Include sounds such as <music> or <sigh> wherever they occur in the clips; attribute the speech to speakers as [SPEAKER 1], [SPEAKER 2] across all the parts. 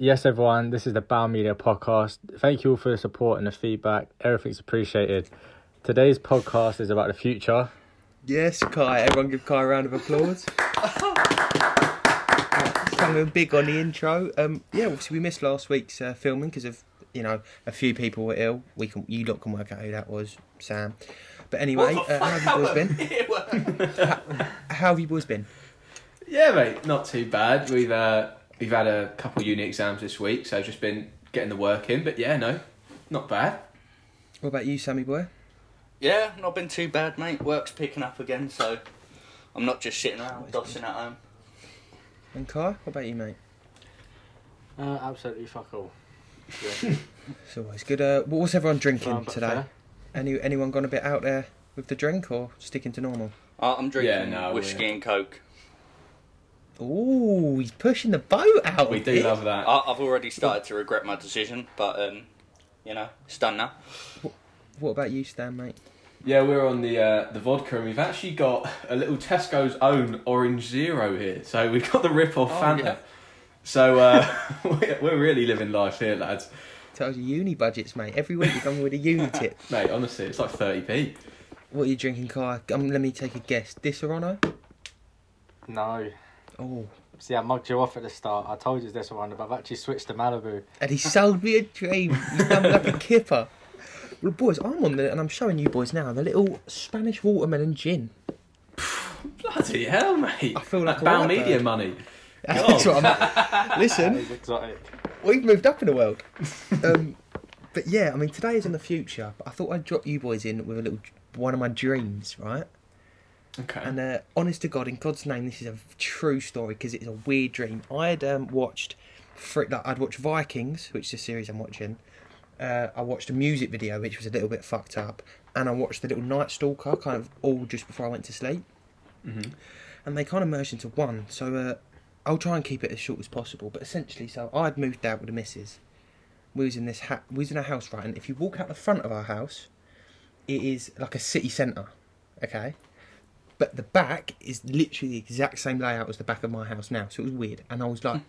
[SPEAKER 1] Yes, everyone, this is the Bow Media podcast. Thank you all for the support and the feedback. Everything's appreciated. Today's podcast is about the future.
[SPEAKER 2] Yes, Kai. Everyone give Kai a round of applause. Right, Something big on the intro. Um, yeah, obviously we missed last week's uh, filming because of you know a few people were ill. We can you lot can work out who that was, Sam. But anyway, uh, how have you boys been? <laughs> How have you boys been?
[SPEAKER 3] yeah, mate, not too bad. We've uh, we've had a couple uni exams this week, so just been getting the work in. But yeah, no, not bad.
[SPEAKER 2] What about you, Sammy boy?
[SPEAKER 4] <laughs> Yeah, not been too bad, mate. Work's picking up again, so I'm not just sitting around dossing at home.
[SPEAKER 2] And Kai, what about you, mate?
[SPEAKER 1] Uh, absolutely fuck all.
[SPEAKER 2] It's always good. Uh, what was everyone drinking
[SPEAKER 1] Um, but
[SPEAKER 2] today?
[SPEAKER 1] fair.
[SPEAKER 2] Any anyone gone a bit out there with the drink or sticking to normal?
[SPEAKER 4] Uh, I'm drinking
[SPEAKER 3] Yeah, no,
[SPEAKER 4] whiskey
[SPEAKER 3] we-
[SPEAKER 4] and coke.
[SPEAKER 2] Ooh, he's pushing the boat out.
[SPEAKER 3] We do
[SPEAKER 2] here.
[SPEAKER 3] love that.
[SPEAKER 4] I, I've already started to regret my decision, but um, you know, it's done now.
[SPEAKER 2] What about you, Stan, mate?
[SPEAKER 3] Yeah, we're on the uh, the vodka, and we've actually got a little Tesco's own Orange Zero here. So we've got the rip off
[SPEAKER 2] Oh,
[SPEAKER 3] Fanta.
[SPEAKER 4] yeah.
[SPEAKER 3] So uh, <laughs> we're we're really living life here, lads.
[SPEAKER 2] Tells you uni budgets, mate. Every week you're coming with a uni tip.
[SPEAKER 3] Mate, honestly, it's like thirty p.
[SPEAKER 2] What are you drinking, Kai? Um, let me take a guess. This or honor?
[SPEAKER 1] No.
[SPEAKER 2] Oh,
[SPEAKER 1] See, I mugged you off at the start. I told you this one, but I've actually switched to Malibu.
[SPEAKER 2] and he sold me a dream. You done like a kipper. Well, boys, I'm on the, and I'm showing you boys now the little Spanish watermelon gin.
[SPEAKER 3] Bloody hell, mate!
[SPEAKER 2] I feel like
[SPEAKER 3] that
[SPEAKER 2] a
[SPEAKER 3] Bow
[SPEAKER 2] white
[SPEAKER 3] Media
[SPEAKER 2] bird.
[SPEAKER 3] money.
[SPEAKER 2] That's what I'm.
[SPEAKER 1] That
[SPEAKER 2] Listen,
[SPEAKER 1] is <laughs> exotic.
[SPEAKER 2] we've moved up in the world. Um, but yeah, I mean, today is on the future. But I thought I'd drop you boys in with a little one of my dreams, right?
[SPEAKER 3] Okay.
[SPEAKER 2] And uh, honest to God, in God's name, this is a true story because it's a weird dream. I had um, watched, fr- like, I'd watched Vikings, which is a series I'm watching. Uh, I watched a music video, which was a little bit fucked up, and I watched the little Night Stalker, kind of all just before I went to sleep. And they kind of merged into one. So uh, I'll try and keep it as short as possible. But essentially, so I had moved out with the missus. We was in this ha- we was in a house, right? And if you walk out the front of our house, it is like a city centre, okay? but the back is literally the exact same layout as the back of my house now. So it was weird. And I was like,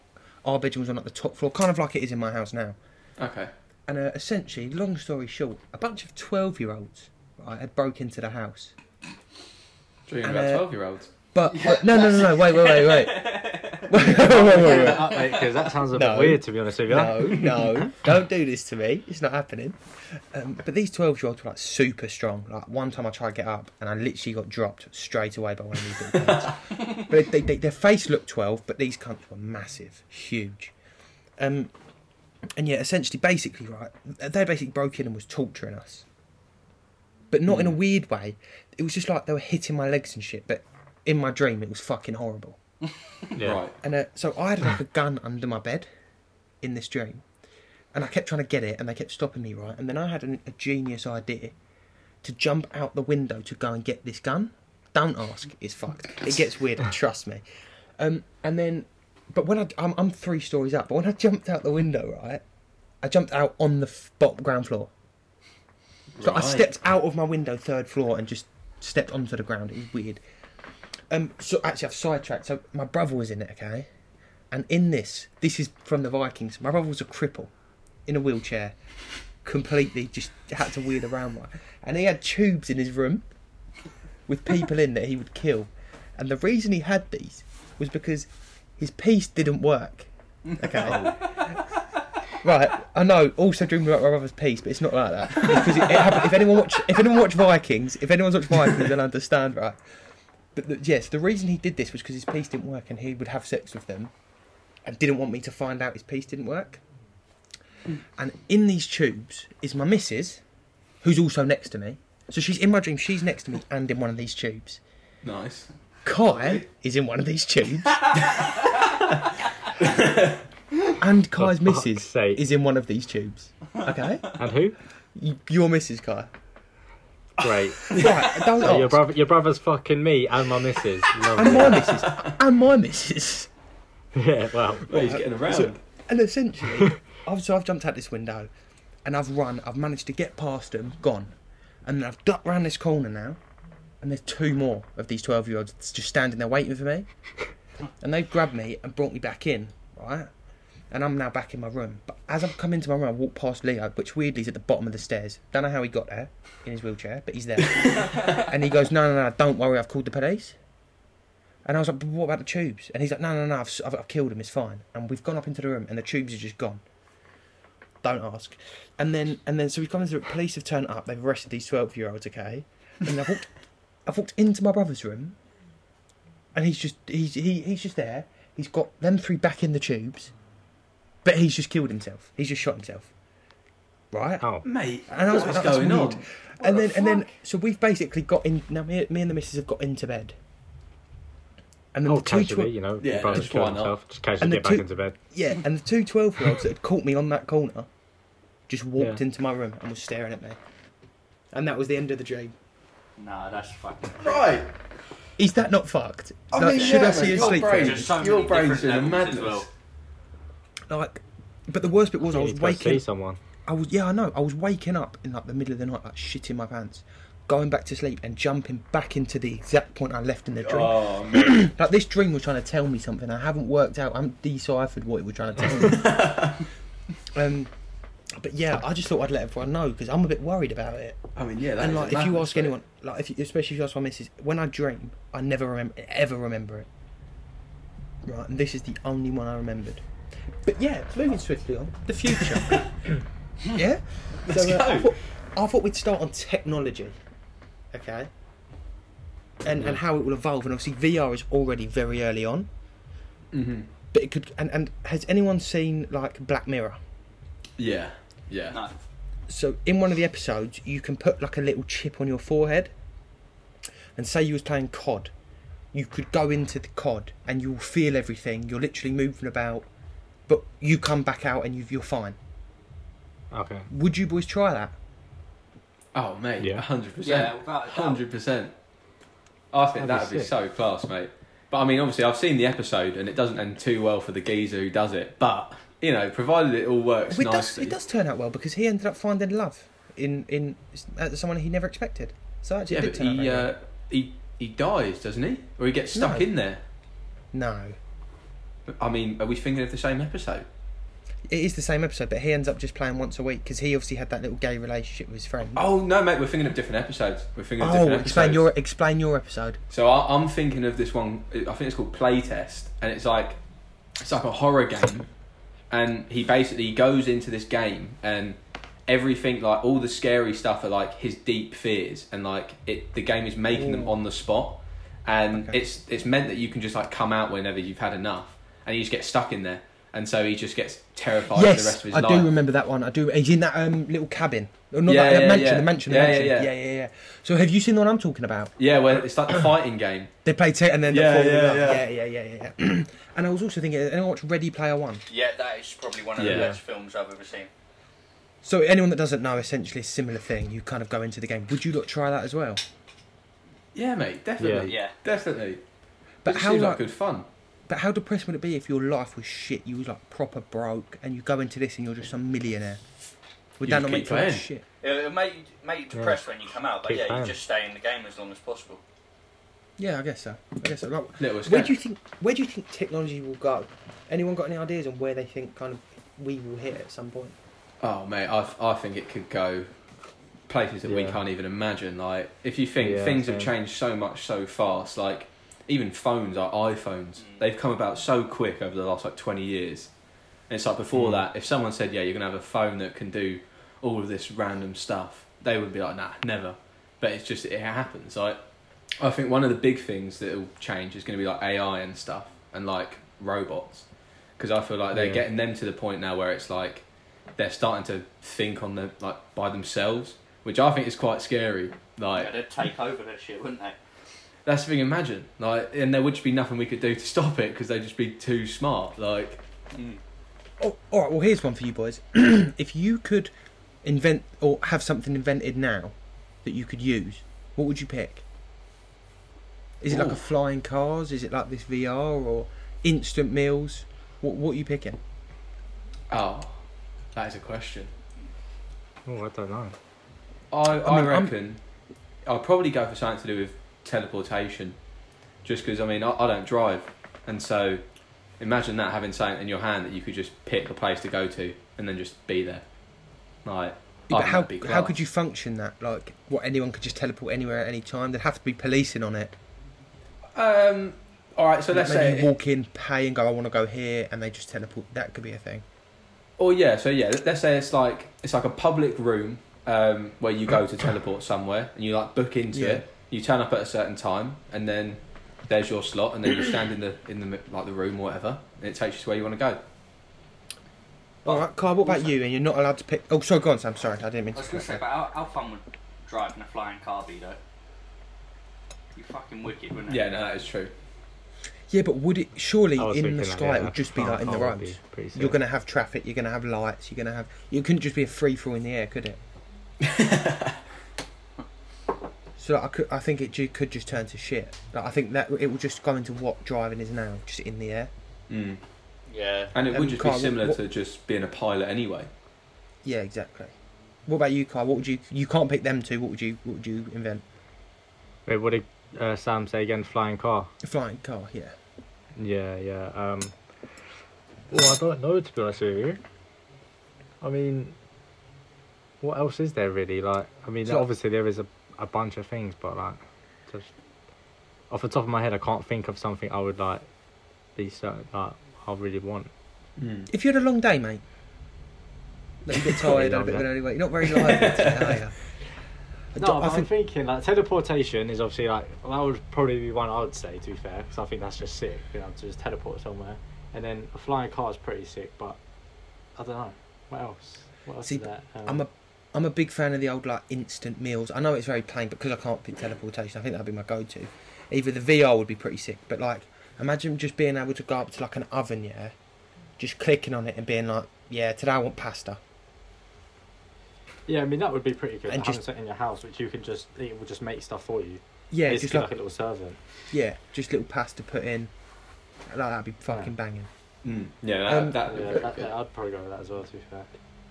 [SPEAKER 2] our bedroom was on like the top floor, kind of like it is in my house now.
[SPEAKER 3] okay.
[SPEAKER 2] And uh, essentially, long story short, a bunch of 12 year olds right, had broke into the house.
[SPEAKER 3] Dreaming
[SPEAKER 2] And,
[SPEAKER 3] about
[SPEAKER 2] uh,
[SPEAKER 3] twelve year olds.
[SPEAKER 2] But, but- no, no, no, no, wait, wait, wait, wait. wait, wait, wait, wait, wait.
[SPEAKER 1] Because that sounds a
[SPEAKER 2] No.
[SPEAKER 1] bit weird, to be honest with you.
[SPEAKER 2] No, no, don't do this to me. It's not happening. Um, but these 12 year olds were like super strong. Like one time I tried to get up and I literally got dropped straight away by one of these big guys. but they, they, their face looked 12, but these cunts were massive, huge. Um, and yeah, essentially, basically, right, they basically broke in and was torturing us. But not in a weird way. It was just like they were hitting my legs and shit. But in my dream, it was fucking horrible.
[SPEAKER 1] Yeah.
[SPEAKER 3] Right.
[SPEAKER 2] And uh, so I had like a gun under my bed in this dream. And I kept trying to get it and they kept stopping me, right? And then I had an, a genius idea to jump out the window to go and get this gun. Don't ask, it's fucked. It gets weird, trust me. Um, and then, but when I, I'm, I'm three stories up, but when I jumped out the window, right? I jumped out on the f- bottom ground floor. So I
[SPEAKER 3] Right.
[SPEAKER 2] stepped out of my window, third floor, and just stepped onto the ground. It was weird. Um, so actually, I've sidetracked. So my brother was in it, okay? And in this, this is from the Vikings. My brother was a cripple in a wheelchair, completely just had to wheel around. Like, and he had tubes in his room with people in that he would kill. And the reason he had these was because his piece didn't work. Okay. right, I know. Also, dreaming about my brother's piece, but it's not like that because it, it happened. If anyone watch, if anyone watch Vikings, if anyone's watched Vikings, they'll understand, right? But the, yes, the reason he did this was because his piece didn't work, and he would have sex with them, and didn't want me to find out his piece didn't work. And in these tubes is my missus, who's also next to me. So she's in my dream. She's next to me and in one of these tubes.
[SPEAKER 3] Nice.
[SPEAKER 2] Kai is in one of
[SPEAKER 1] <laughs>
[SPEAKER 2] these tubes. and Kai's
[SPEAKER 1] For fuck's
[SPEAKER 2] missus
[SPEAKER 1] sake.
[SPEAKER 2] is in one of these tubes. Okay?
[SPEAKER 1] And who?
[SPEAKER 2] Y- Your
[SPEAKER 1] <laughs>
[SPEAKER 2] missus, Kai.
[SPEAKER 1] Great.
[SPEAKER 2] Right, don't
[SPEAKER 1] So your
[SPEAKER 2] ask.
[SPEAKER 1] brother, your brother's fucking me <laughs> and my missus.
[SPEAKER 2] And
[SPEAKER 1] Lovely.
[SPEAKER 2] my missus. And my missus.
[SPEAKER 1] <laughs> yeah. Well.
[SPEAKER 3] Well, he's
[SPEAKER 2] uh,
[SPEAKER 3] getting around.
[SPEAKER 2] And essentially, I've, so I've jumped out this window and I've run, I've managed to get past them, gone. And then I've ducked round this corner now, and there's two more of these 12 year olds just standing there waiting for me. And they've grabbed me and brought me back in, right? and I'm now back in my room. But as I've come into my room, I walked past Leo, which weirdly is at the bottom of the stairs. Don't know how he got there in his wheelchair, but he's there. <laughs> and he goes, "No, no, no, don't worry, I've called the police." And I was like, but "What about the tubes?" And he's like, "No, no, no, I've, s- I've, I've killed him. It's fine." And we've gone up into the room, and the tubes are just gone. Don't ask. And then, and then, so we've gone into the police have turned up. They've arrested these twelve-year-olds. Okay, and I've walked, I've walked into my brother's room, and he's just he's he, he's just there. He's got them three back in the tubes, but he's just killed himself. He's just shot himself, right?
[SPEAKER 1] Oh,
[SPEAKER 3] Mate,
[SPEAKER 2] And I was
[SPEAKER 3] what's
[SPEAKER 2] like, "That's
[SPEAKER 3] going
[SPEAKER 2] weird."
[SPEAKER 3] on?
[SPEAKER 2] and
[SPEAKER 3] What
[SPEAKER 2] then
[SPEAKER 3] the
[SPEAKER 2] and then so we've basically got in now me, me and the missus have got into bed and then
[SPEAKER 1] oh
[SPEAKER 2] the two
[SPEAKER 1] casually,
[SPEAKER 2] twe-
[SPEAKER 1] you know,
[SPEAKER 3] Yeah,
[SPEAKER 1] your brother's
[SPEAKER 3] just
[SPEAKER 1] killed
[SPEAKER 3] why not?
[SPEAKER 1] himself. Just casually
[SPEAKER 2] And the
[SPEAKER 1] get back
[SPEAKER 2] two-
[SPEAKER 1] into bed.
[SPEAKER 2] yeah and the two 12 year olds that had caught me on that corner just walked
[SPEAKER 1] Yeah.
[SPEAKER 2] into my room and was staring at me and that was the end of the dream
[SPEAKER 4] Nah, that's fucking.
[SPEAKER 3] Right.
[SPEAKER 2] is that not fucked
[SPEAKER 3] I
[SPEAKER 2] like
[SPEAKER 3] mean,
[SPEAKER 2] should
[SPEAKER 3] yeah,
[SPEAKER 2] i see
[SPEAKER 3] mate,
[SPEAKER 2] a
[SPEAKER 3] your
[SPEAKER 2] sleep
[SPEAKER 3] brain-
[SPEAKER 2] thing?
[SPEAKER 4] There's so
[SPEAKER 3] Your
[SPEAKER 4] many
[SPEAKER 3] brain's in a
[SPEAKER 4] different levels as
[SPEAKER 3] madness.
[SPEAKER 4] well.
[SPEAKER 2] like but the worst bit was i
[SPEAKER 1] You
[SPEAKER 2] was
[SPEAKER 1] need to go see
[SPEAKER 2] waking
[SPEAKER 1] someone.
[SPEAKER 2] i was yeah i know i was waking up in like the middle of the night like shitting my pants going back to sleep and jumping back into the exact point i left in the dream
[SPEAKER 3] Oh, mate.
[SPEAKER 2] Like this dream was trying to tell me something. I haven't worked out. I haven't deciphered what it was trying to tell me. um, but yeah, I just thought I'd let everyone know because I'm a bit worried about it.
[SPEAKER 3] <coughs> I mean, yeah. That
[SPEAKER 2] and
[SPEAKER 3] is
[SPEAKER 2] like,
[SPEAKER 3] a
[SPEAKER 2] if you
[SPEAKER 3] madness,
[SPEAKER 2] ask
[SPEAKER 3] mate.
[SPEAKER 2] anyone, like, if you, especially if you ask my missus, when I dream, I never remember, ever remember it. Right, and this is the only one I remembered. But yeah, moving swiftly on the future.
[SPEAKER 3] <laughs>
[SPEAKER 2] yeah.
[SPEAKER 3] Let's
[SPEAKER 2] uh, I,
[SPEAKER 3] go.
[SPEAKER 2] thought, I thought we'd start on technology. Okay. And and how it will evolve, and obviously VR is already very early on,
[SPEAKER 3] Mhm.
[SPEAKER 2] but it could. And, and has anyone seen like Black Mirror?
[SPEAKER 3] Yeah, yeah.
[SPEAKER 4] No.
[SPEAKER 2] so in one of the episodes you can put like a little chip on your forehead and say you was playing cod you could go into the cod and you'll feel everything you're literally moving about but you come back out and you you're fine
[SPEAKER 1] Okay.
[SPEAKER 2] would you boys try that
[SPEAKER 3] Oh, mate.
[SPEAKER 1] Yeah.
[SPEAKER 3] hundred
[SPEAKER 4] Yeah,
[SPEAKER 3] percent.
[SPEAKER 4] without a doubt.
[SPEAKER 3] Hundred percent. I
[SPEAKER 1] That'd be
[SPEAKER 3] think that would be
[SPEAKER 1] sick.
[SPEAKER 3] so class, mate. But I mean, obviously, I've seen the episode, and it doesn't end too well for the geezer who does it. But you know, provided it all works
[SPEAKER 2] it does,
[SPEAKER 3] nicely.
[SPEAKER 2] it does turn out well because he ended up finding love in in uh, someone he never expected so actually
[SPEAKER 3] Yeah,
[SPEAKER 2] it did
[SPEAKER 3] but
[SPEAKER 2] turn out
[SPEAKER 3] he,
[SPEAKER 2] very well.
[SPEAKER 3] uh, he he dies, doesn't he? Or he gets stuck
[SPEAKER 2] No.
[SPEAKER 3] in there.
[SPEAKER 2] no
[SPEAKER 3] I mean, are we thinking of the same episode?
[SPEAKER 2] it is the same episode but he ends up just playing once a week because he obviously had that little gay relationship with his friend
[SPEAKER 3] Oh no, mate, we're thinking of different episodes. We're thinking of
[SPEAKER 2] oh
[SPEAKER 3] different
[SPEAKER 2] explain
[SPEAKER 3] episodes.
[SPEAKER 2] your explain your episode
[SPEAKER 3] So I, I'm thinking of this one. I think it's called Playtest, and it's like it's like a horror game, and he basically goes into this game and everything like all the scary stuff are like his deep fears and like it the game is making them
[SPEAKER 2] Ooh.
[SPEAKER 3] on the spot and
[SPEAKER 2] Okay.
[SPEAKER 3] it's it's meant that you can just like come out whenever you've had enough and you just get stuck in there and so he just gets terrified for the rest of his
[SPEAKER 2] I
[SPEAKER 3] life
[SPEAKER 2] do remember that one. I do. He's in that um, little cabin. Oh, not
[SPEAKER 3] Yeah,
[SPEAKER 2] that, that
[SPEAKER 3] yeah,
[SPEAKER 2] mansion,
[SPEAKER 3] yeah.
[SPEAKER 2] the mansion,
[SPEAKER 3] Yeah,
[SPEAKER 2] the mansion.
[SPEAKER 3] yeah,
[SPEAKER 2] Yeah
[SPEAKER 3] yeah.
[SPEAKER 2] yeah. yeah, So have you seen the one I'm talking about?
[SPEAKER 3] yeah well it's like the fighting game
[SPEAKER 2] They play tech and then
[SPEAKER 3] Yeah,
[SPEAKER 2] they fall
[SPEAKER 3] yeah,
[SPEAKER 2] in love.
[SPEAKER 3] yeah.
[SPEAKER 2] Yeah, yeah, yeah, yeah. yeah. <clears throat> and I was also thinking, anyone watch Ready Player One?
[SPEAKER 4] Yeah, that is probably one of
[SPEAKER 3] Yeah.
[SPEAKER 4] the best films I've ever seen.
[SPEAKER 2] So anyone that doesn't know, essentially a similar thing. You kind of go into the game. Would you lot try that as well?
[SPEAKER 3] yeah mate definitely
[SPEAKER 4] Yeah. Yeah.
[SPEAKER 3] definitely
[SPEAKER 2] But
[SPEAKER 3] It
[SPEAKER 2] how
[SPEAKER 3] seems like
[SPEAKER 2] like-
[SPEAKER 3] good fun
[SPEAKER 2] But how depressed would it be if your life was shit? You was like proper broke, and you go into this and you're just some millionaire. Would
[SPEAKER 3] You
[SPEAKER 2] that not
[SPEAKER 3] just
[SPEAKER 2] make
[SPEAKER 3] keep
[SPEAKER 2] you like
[SPEAKER 3] playing.
[SPEAKER 2] shit?
[SPEAKER 4] It'll it'll make you, make you depressed when you come out, but
[SPEAKER 1] Keep
[SPEAKER 4] yeah, you
[SPEAKER 1] playing.
[SPEAKER 4] just stay in the game as long as possible.
[SPEAKER 2] Yeah, I guess so. I guess so. Like,
[SPEAKER 3] little
[SPEAKER 2] Where
[SPEAKER 3] escape.
[SPEAKER 2] do you think where do you think technology will go? Anyone got any ideas on where they think kind of we will hit at some point?
[SPEAKER 3] Oh mate, I, I think it could go places that we
[SPEAKER 1] Yeah.
[SPEAKER 3] can't even imagine. Like if you think
[SPEAKER 1] Yeah,
[SPEAKER 3] things have
[SPEAKER 1] same.
[SPEAKER 3] changed so much so fast, like even phones, like iPhones, they've come about so quick over the last like twenty years. And it's like
[SPEAKER 1] Mm.
[SPEAKER 3] before that, if someone said, "Yeah, you're gonna have a phone that can do all of this random stuff," they would be like, "Nah, never." But it's just it happens. Like I think one of the big things that will change is going to be like AI and stuff and like robots, because I feel like they're
[SPEAKER 1] Yeah.
[SPEAKER 3] getting them to the point now where it's like they're starting to think on the like by themselves, which I think is quite scary.
[SPEAKER 4] Yeah,
[SPEAKER 3] Like
[SPEAKER 4] they'd take over that shit, wouldn't they?
[SPEAKER 3] that's the thing. Imagine like, and there would just be nothing we could do to stop it because they'd just be too smart. Like
[SPEAKER 2] Oh, all right. Well, here's one for you boys. <clears throat> if you could invent or have something invented now that you could use, what would you pick? Is it like
[SPEAKER 3] Ooh.
[SPEAKER 2] a flying cars? Is it like this VR or instant meals? What what are you picking?
[SPEAKER 3] oh, that is a question.
[SPEAKER 1] Oh, I don't know.
[SPEAKER 3] I I,
[SPEAKER 2] mean, I'm-
[SPEAKER 3] reckon i will probably go for something to do with teleportation, just because I mean I, I don't drive, and so Imagine that having something in your hand that you could just pick a place to go to and then just be there. Like,
[SPEAKER 2] Yeah, but
[SPEAKER 3] I think
[SPEAKER 2] how,
[SPEAKER 3] that'd be
[SPEAKER 2] how
[SPEAKER 3] class.
[SPEAKER 2] could you function that? Like, what anyone could just teleport anywhere at any time? There'd have to be policing on it.
[SPEAKER 3] Um, all right, so
[SPEAKER 2] Like,
[SPEAKER 3] let's
[SPEAKER 2] Maybe
[SPEAKER 3] say.
[SPEAKER 2] you walk in, pay, and go, I want to go here, and they just teleport. That could be a thing.
[SPEAKER 3] Or yeah, so yeah, let- let's say it's like it's like a public room um, where you go to teleport somewhere and you like book into
[SPEAKER 2] Yeah.
[SPEAKER 3] it. You turn up at a certain time and then there's your slot and then you stand in the in the mi- like the room or whatever and it takes you to where you want to go.
[SPEAKER 2] All right, Kyle, what about you? And you're not allowed to pick. Oh, sorry, go on, Sam. Sorry, I didn't mean to.
[SPEAKER 4] I was gonna say,
[SPEAKER 2] interrupt
[SPEAKER 4] but how, how fun would driving a flying car be though? You fucking wicked, wouldn't it?
[SPEAKER 3] Yeah, no, that is true.
[SPEAKER 2] you. Yeah, but would it. Surely
[SPEAKER 1] I was
[SPEAKER 2] in
[SPEAKER 1] thinking
[SPEAKER 2] the
[SPEAKER 1] that,
[SPEAKER 2] sky,
[SPEAKER 1] yeah,
[SPEAKER 2] it would just be
[SPEAKER 1] flying
[SPEAKER 2] like in the
[SPEAKER 1] car would Oh, be
[SPEAKER 2] roads.
[SPEAKER 1] pretty sick.
[SPEAKER 2] You're going to have traffic, you're going to have lights, you're going to have. You couldn't just be a free for all in the air, <laughs> could it? So like, I could, I think it ju- could just turn to shit. Like, I think that it will just go into what driving is now, just in the air.
[SPEAKER 3] Mm.
[SPEAKER 4] Yeah.
[SPEAKER 3] And it
[SPEAKER 2] Um,
[SPEAKER 3] would just
[SPEAKER 2] Carl,
[SPEAKER 3] be
[SPEAKER 2] what-
[SPEAKER 3] similar
[SPEAKER 2] what-
[SPEAKER 3] to just being a pilot anyway.
[SPEAKER 2] Yeah, exactly. What about you, Kyle? What would you? You can't pick them two. What would you? What would you invent?
[SPEAKER 1] Wait, what did uh, Sam say again? Flying car.
[SPEAKER 2] A flying car. Yeah.
[SPEAKER 1] Yeah, yeah. Um, well, I don't know to be honest with you. I mean, what else is there really? Like, I mean,
[SPEAKER 2] So-
[SPEAKER 1] obviously there is a, a bunch of things, but like, just off the top of my head, I can't think of something I would like be certain like I really want.
[SPEAKER 2] If you had a long day, mate. Like you get tired, had a bit of an early wake. You're not very lively today, are you? I
[SPEAKER 1] No,
[SPEAKER 2] don't-
[SPEAKER 1] but
[SPEAKER 2] I
[SPEAKER 1] I'm
[SPEAKER 2] think-
[SPEAKER 1] thinking like teleportation is obviously like well, that would probably be one I would say to be fair because I think that's just sick, you know, to just teleport somewhere. And then a flying car is pretty sick, but I don't know what else. What else
[SPEAKER 2] See,
[SPEAKER 1] is that? Um,
[SPEAKER 2] I'm a I'm a big fan of the old like instant meals. I know it's very plain, but because I can't pick teleportation, I think that'd be my go-to. Either the VR would be pretty sick, but like imagine just being able to go up to like an oven, yeah, just clicking on it and being like, yeah, today I want pasta.
[SPEAKER 1] yeah, I mean that would be pretty good.
[SPEAKER 2] And
[SPEAKER 1] Having
[SPEAKER 2] just-
[SPEAKER 1] something in your house which you can just it will just make stuff for you.
[SPEAKER 2] Yeah,
[SPEAKER 1] Basically
[SPEAKER 2] just
[SPEAKER 1] like,
[SPEAKER 2] like
[SPEAKER 1] a little servant.
[SPEAKER 2] yeah, just little pasta put in. Like that'd be fucking banging.
[SPEAKER 3] Mm. Yeah, that,
[SPEAKER 2] Um,
[SPEAKER 3] that would be
[SPEAKER 1] Yeah,
[SPEAKER 3] very
[SPEAKER 1] that,
[SPEAKER 3] good.
[SPEAKER 1] that- I'd probably go with that as well. To be fair,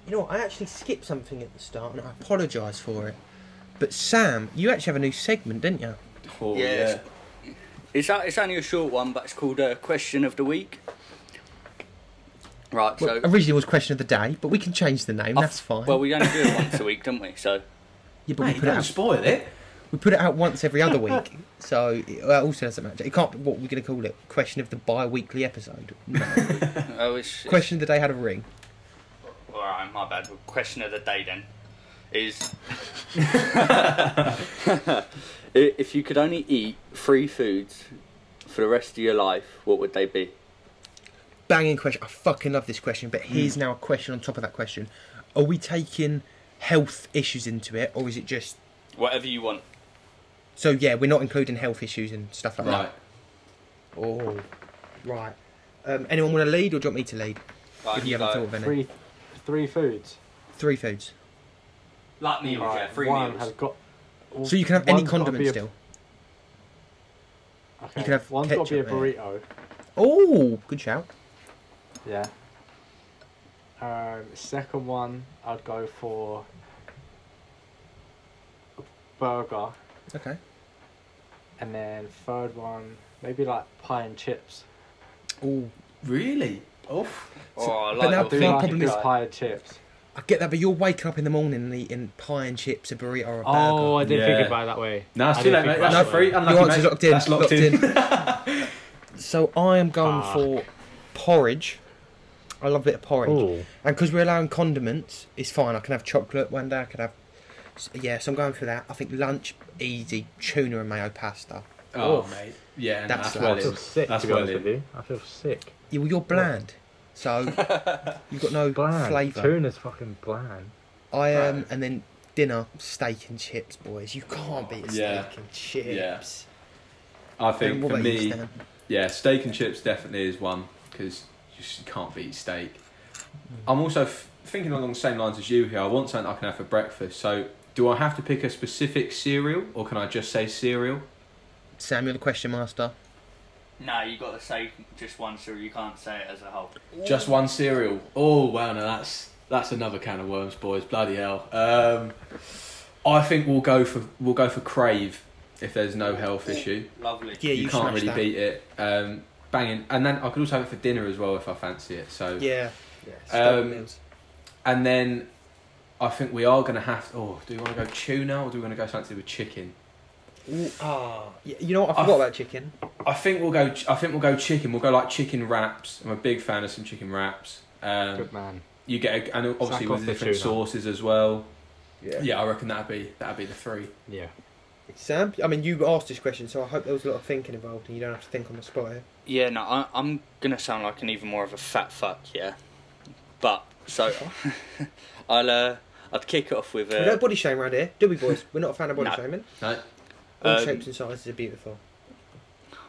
[SPEAKER 2] You know, what, I actually skipped something at the start, and I apologise for it. But Sam, you actually have a new segment, didn't you?
[SPEAKER 3] Oh,
[SPEAKER 4] Yeah,
[SPEAKER 3] yeah.
[SPEAKER 4] it's- It's, o- it's only a short one, but it's called a question of the week. Right,
[SPEAKER 2] Well,
[SPEAKER 4] so
[SPEAKER 2] originally it was question of the day, but we can change the name. That's fine.
[SPEAKER 4] well we only do it once a week, don't we? So
[SPEAKER 2] yeah, but
[SPEAKER 3] Mate,
[SPEAKER 2] we put it
[SPEAKER 3] don't
[SPEAKER 2] out
[SPEAKER 3] spoil it.
[SPEAKER 2] We put it out once every other week, so it well, it also doesn't matter. It can't. be What we're going to call it? Question of the bi-weekly episode. No.
[SPEAKER 4] oh, it's, it's-
[SPEAKER 2] Question of the day had a ring.
[SPEAKER 4] All right, my bad. Question of the day then
[SPEAKER 2] <laughs>
[SPEAKER 4] is I- if you could only eat three foods for the rest of your life, what would they be?
[SPEAKER 2] Banging question. I fucking love this question. But here's
[SPEAKER 4] Hmm.
[SPEAKER 2] now a question on top of that question: Are we taking health issues into it, or is it just?
[SPEAKER 4] Whatever you want.
[SPEAKER 2] So yeah, we're not including health issues and stuff like
[SPEAKER 3] Right.
[SPEAKER 2] that. Oh, right. Um, anyone want to lead, or do you want me to lead?
[SPEAKER 4] Like,
[SPEAKER 2] If you haven't thought of any.
[SPEAKER 1] three, three foods.
[SPEAKER 2] Three foods.
[SPEAKER 4] like meals,
[SPEAKER 1] Right,
[SPEAKER 4] yeah, three
[SPEAKER 1] one
[SPEAKER 4] meals.
[SPEAKER 1] has got. well,
[SPEAKER 2] So you can have any
[SPEAKER 1] one's gotta
[SPEAKER 2] condiment
[SPEAKER 1] be a-
[SPEAKER 2] still.
[SPEAKER 1] Okay.
[SPEAKER 2] can have
[SPEAKER 1] one's got to be a
[SPEAKER 2] ketchup, yeah.
[SPEAKER 1] burrito.
[SPEAKER 2] Oh, good shout.
[SPEAKER 1] Yeah. Um, second one, I'd go for a burger,
[SPEAKER 2] Okay.
[SPEAKER 1] and then third one, maybe like pie and chips.
[SPEAKER 2] Oh,
[SPEAKER 3] Really? Oof.
[SPEAKER 4] Oh, I
[SPEAKER 2] but
[SPEAKER 4] like
[SPEAKER 2] now
[SPEAKER 4] your
[SPEAKER 1] I do
[SPEAKER 2] my
[SPEAKER 1] like
[SPEAKER 4] thinking,
[SPEAKER 1] a
[SPEAKER 2] problem
[SPEAKER 1] good
[SPEAKER 2] is-
[SPEAKER 4] guy.
[SPEAKER 1] pie and chips.
[SPEAKER 2] I get that, but you're waking up in the morning and eating pie and chips, a burrito, or a burger.
[SPEAKER 1] Oh, I didn't
[SPEAKER 3] Yeah.
[SPEAKER 1] think about it that way.
[SPEAKER 3] No, it's
[SPEAKER 1] I
[SPEAKER 3] too late,
[SPEAKER 1] didn't
[SPEAKER 3] mate.
[SPEAKER 1] think
[SPEAKER 3] That's
[SPEAKER 1] about
[SPEAKER 3] not
[SPEAKER 1] it
[SPEAKER 3] free.
[SPEAKER 1] that way.
[SPEAKER 2] Your
[SPEAKER 3] Unlucky,
[SPEAKER 2] answer's
[SPEAKER 3] mate.
[SPEAKER 2] locked in.
[SPEAKER 3] That's locked, in.
[SPEAKER 2] <laughs> So I am going
[SPEAKER 1] Ah.
[SPEAKER 2] for porridge. I love a bit of porridge.
[SPEAKER 1] Ooh.
[SPEAKER 2] And because we're allowing condiments, it's fine. I can have chocolate one day. I could have. s- Yeah, so I'm going for that. I think lunch, easy. Tuna and mayo pasta.
[SPEAKER 3] Oh,
[SPEAKER 1] Oof.
[SPEAKER 3] mate. Yeah, and
[SPEAKER 2] That's
[SPEAKER 3] that's,
[SPEAKER 1] I
[SPEAKER 2] locked
[SPEAKER 3] well
[SPEAKER 1] feel
[SPEAKER 3] in.
[SPEAKER 1] sick.
[SPEAKER 3] That's
[SPEAKER 1] to be
[SPEAKER 3] well
[SPEAKER 1] honest
[SPEAKER 3] in.
[SPEAKER 1] with you. I feel sick.
[SPEAKER 2] You, well, you're bland. So you've got no
[SPEAKER 1] Bland.
[SPEAKER 2] flavour.
[SPEAKER 1] Tuna's fucking bland.
[SPEAKER 2] I Um,
[SPEAKER 3] Right.
[SPEAKER 2] and then dinner, steak and chips, boys. You can't beat a steak
[SPEAKER 3] Yeah.
[SPEAKER 2] and chips.
[SPEAKER 3] I
[SPEAKER 2] And
[SPEAKER 3] think
[SPEAKER 2] what
[SPEAKER 3] for
[SPEAKER 2] about you,
[SPEAKER 3] me,
[SPEAKER 2] Stan?
[SPEAKER 3] yeah, steak and chips definitely is one because you just can't beat steak. I'm also f- thinking along the same lines as you here. I want something I can have for breakfast. So, do I have to pick a specific cereal or can I just say cereal?
[SPEAKER 2] Sam, you're the question master.
[SPEAKER 4] No, you got to say just one, so you can't say it as a whole.
[SPEAKER 3] Just one cereal. Oh wow, now that's that's another can of worms, boys. Bloody hell. Um, I think we'll go for we'll go for crave if there's no health issue.
[SPEAKER 4] Lovely.
[SPEAKER 2] Yeah, you,
[SPEAKER 3] you, can't
[SPEAKER 2] smashed
[SPEAKER 3] really
[SPEAKER 2] that.
[SPEAKER 3] beat it. Um, banging. And then I could also have it for dinner as well if I fancy it. So
[SPEAKER 2] Yeah.
[SPEAKER 3] Um, and then I think we are going to have. Oh, do we want to go tuna or do we want to go something to do with chicken?
[SPEAKER 2] ah, y- you know what? I
[SPEAKER 3] I
[SPEAKER 2] forgot
[SPEAKER 3] f-
[SPEAKER 2] about chicken.
[SPEAKER 3] I think we'll go. ch- I think we'll go chicken. We'll go like chicken wraps. I'm a big fan of some chicken wraps. Um,
[SPEAKER 1] Good man.
[SPEAKER 3] you get a, and obviously
[SPEAKER 1] Sack off
[SPEAKER 3] with
[SPEAKER 1] the
[SPEAKER 3] different
[SPEAKER 1] tuna.
[SPEAKER 3] sauces as well.
[SPEAKER 2] Yeah.
[SPEAKER 3] Yeah, I reckon that'd be that'd be the three.
[SPEAKER 1] Yeah.
[SPEAKER 2] Sam, I mean, you asked this question, so I hope there was a lot of thinking involved, and you don't have to think on the spot. Here.
[SPEAKER 4] Yeah, no, I, I'm gonna sound like an even more of a fat fuck, yeah. But so <laughs> I'll uh, I'd kick it off with
[SPEAKER 2] We don't
[SPEAKER 4] uh,
[SPEAKER 2] body shame around here, do we, boys? We're not a fan of body
[SPEAKER 4] No.
[SPEAKER 2] shaming.
[SPEAKER 3] No,
[SPEAKER 2] All
[SPEAKER 4] Um,
[SPEAKER 2] shapes and sizes are beautiful.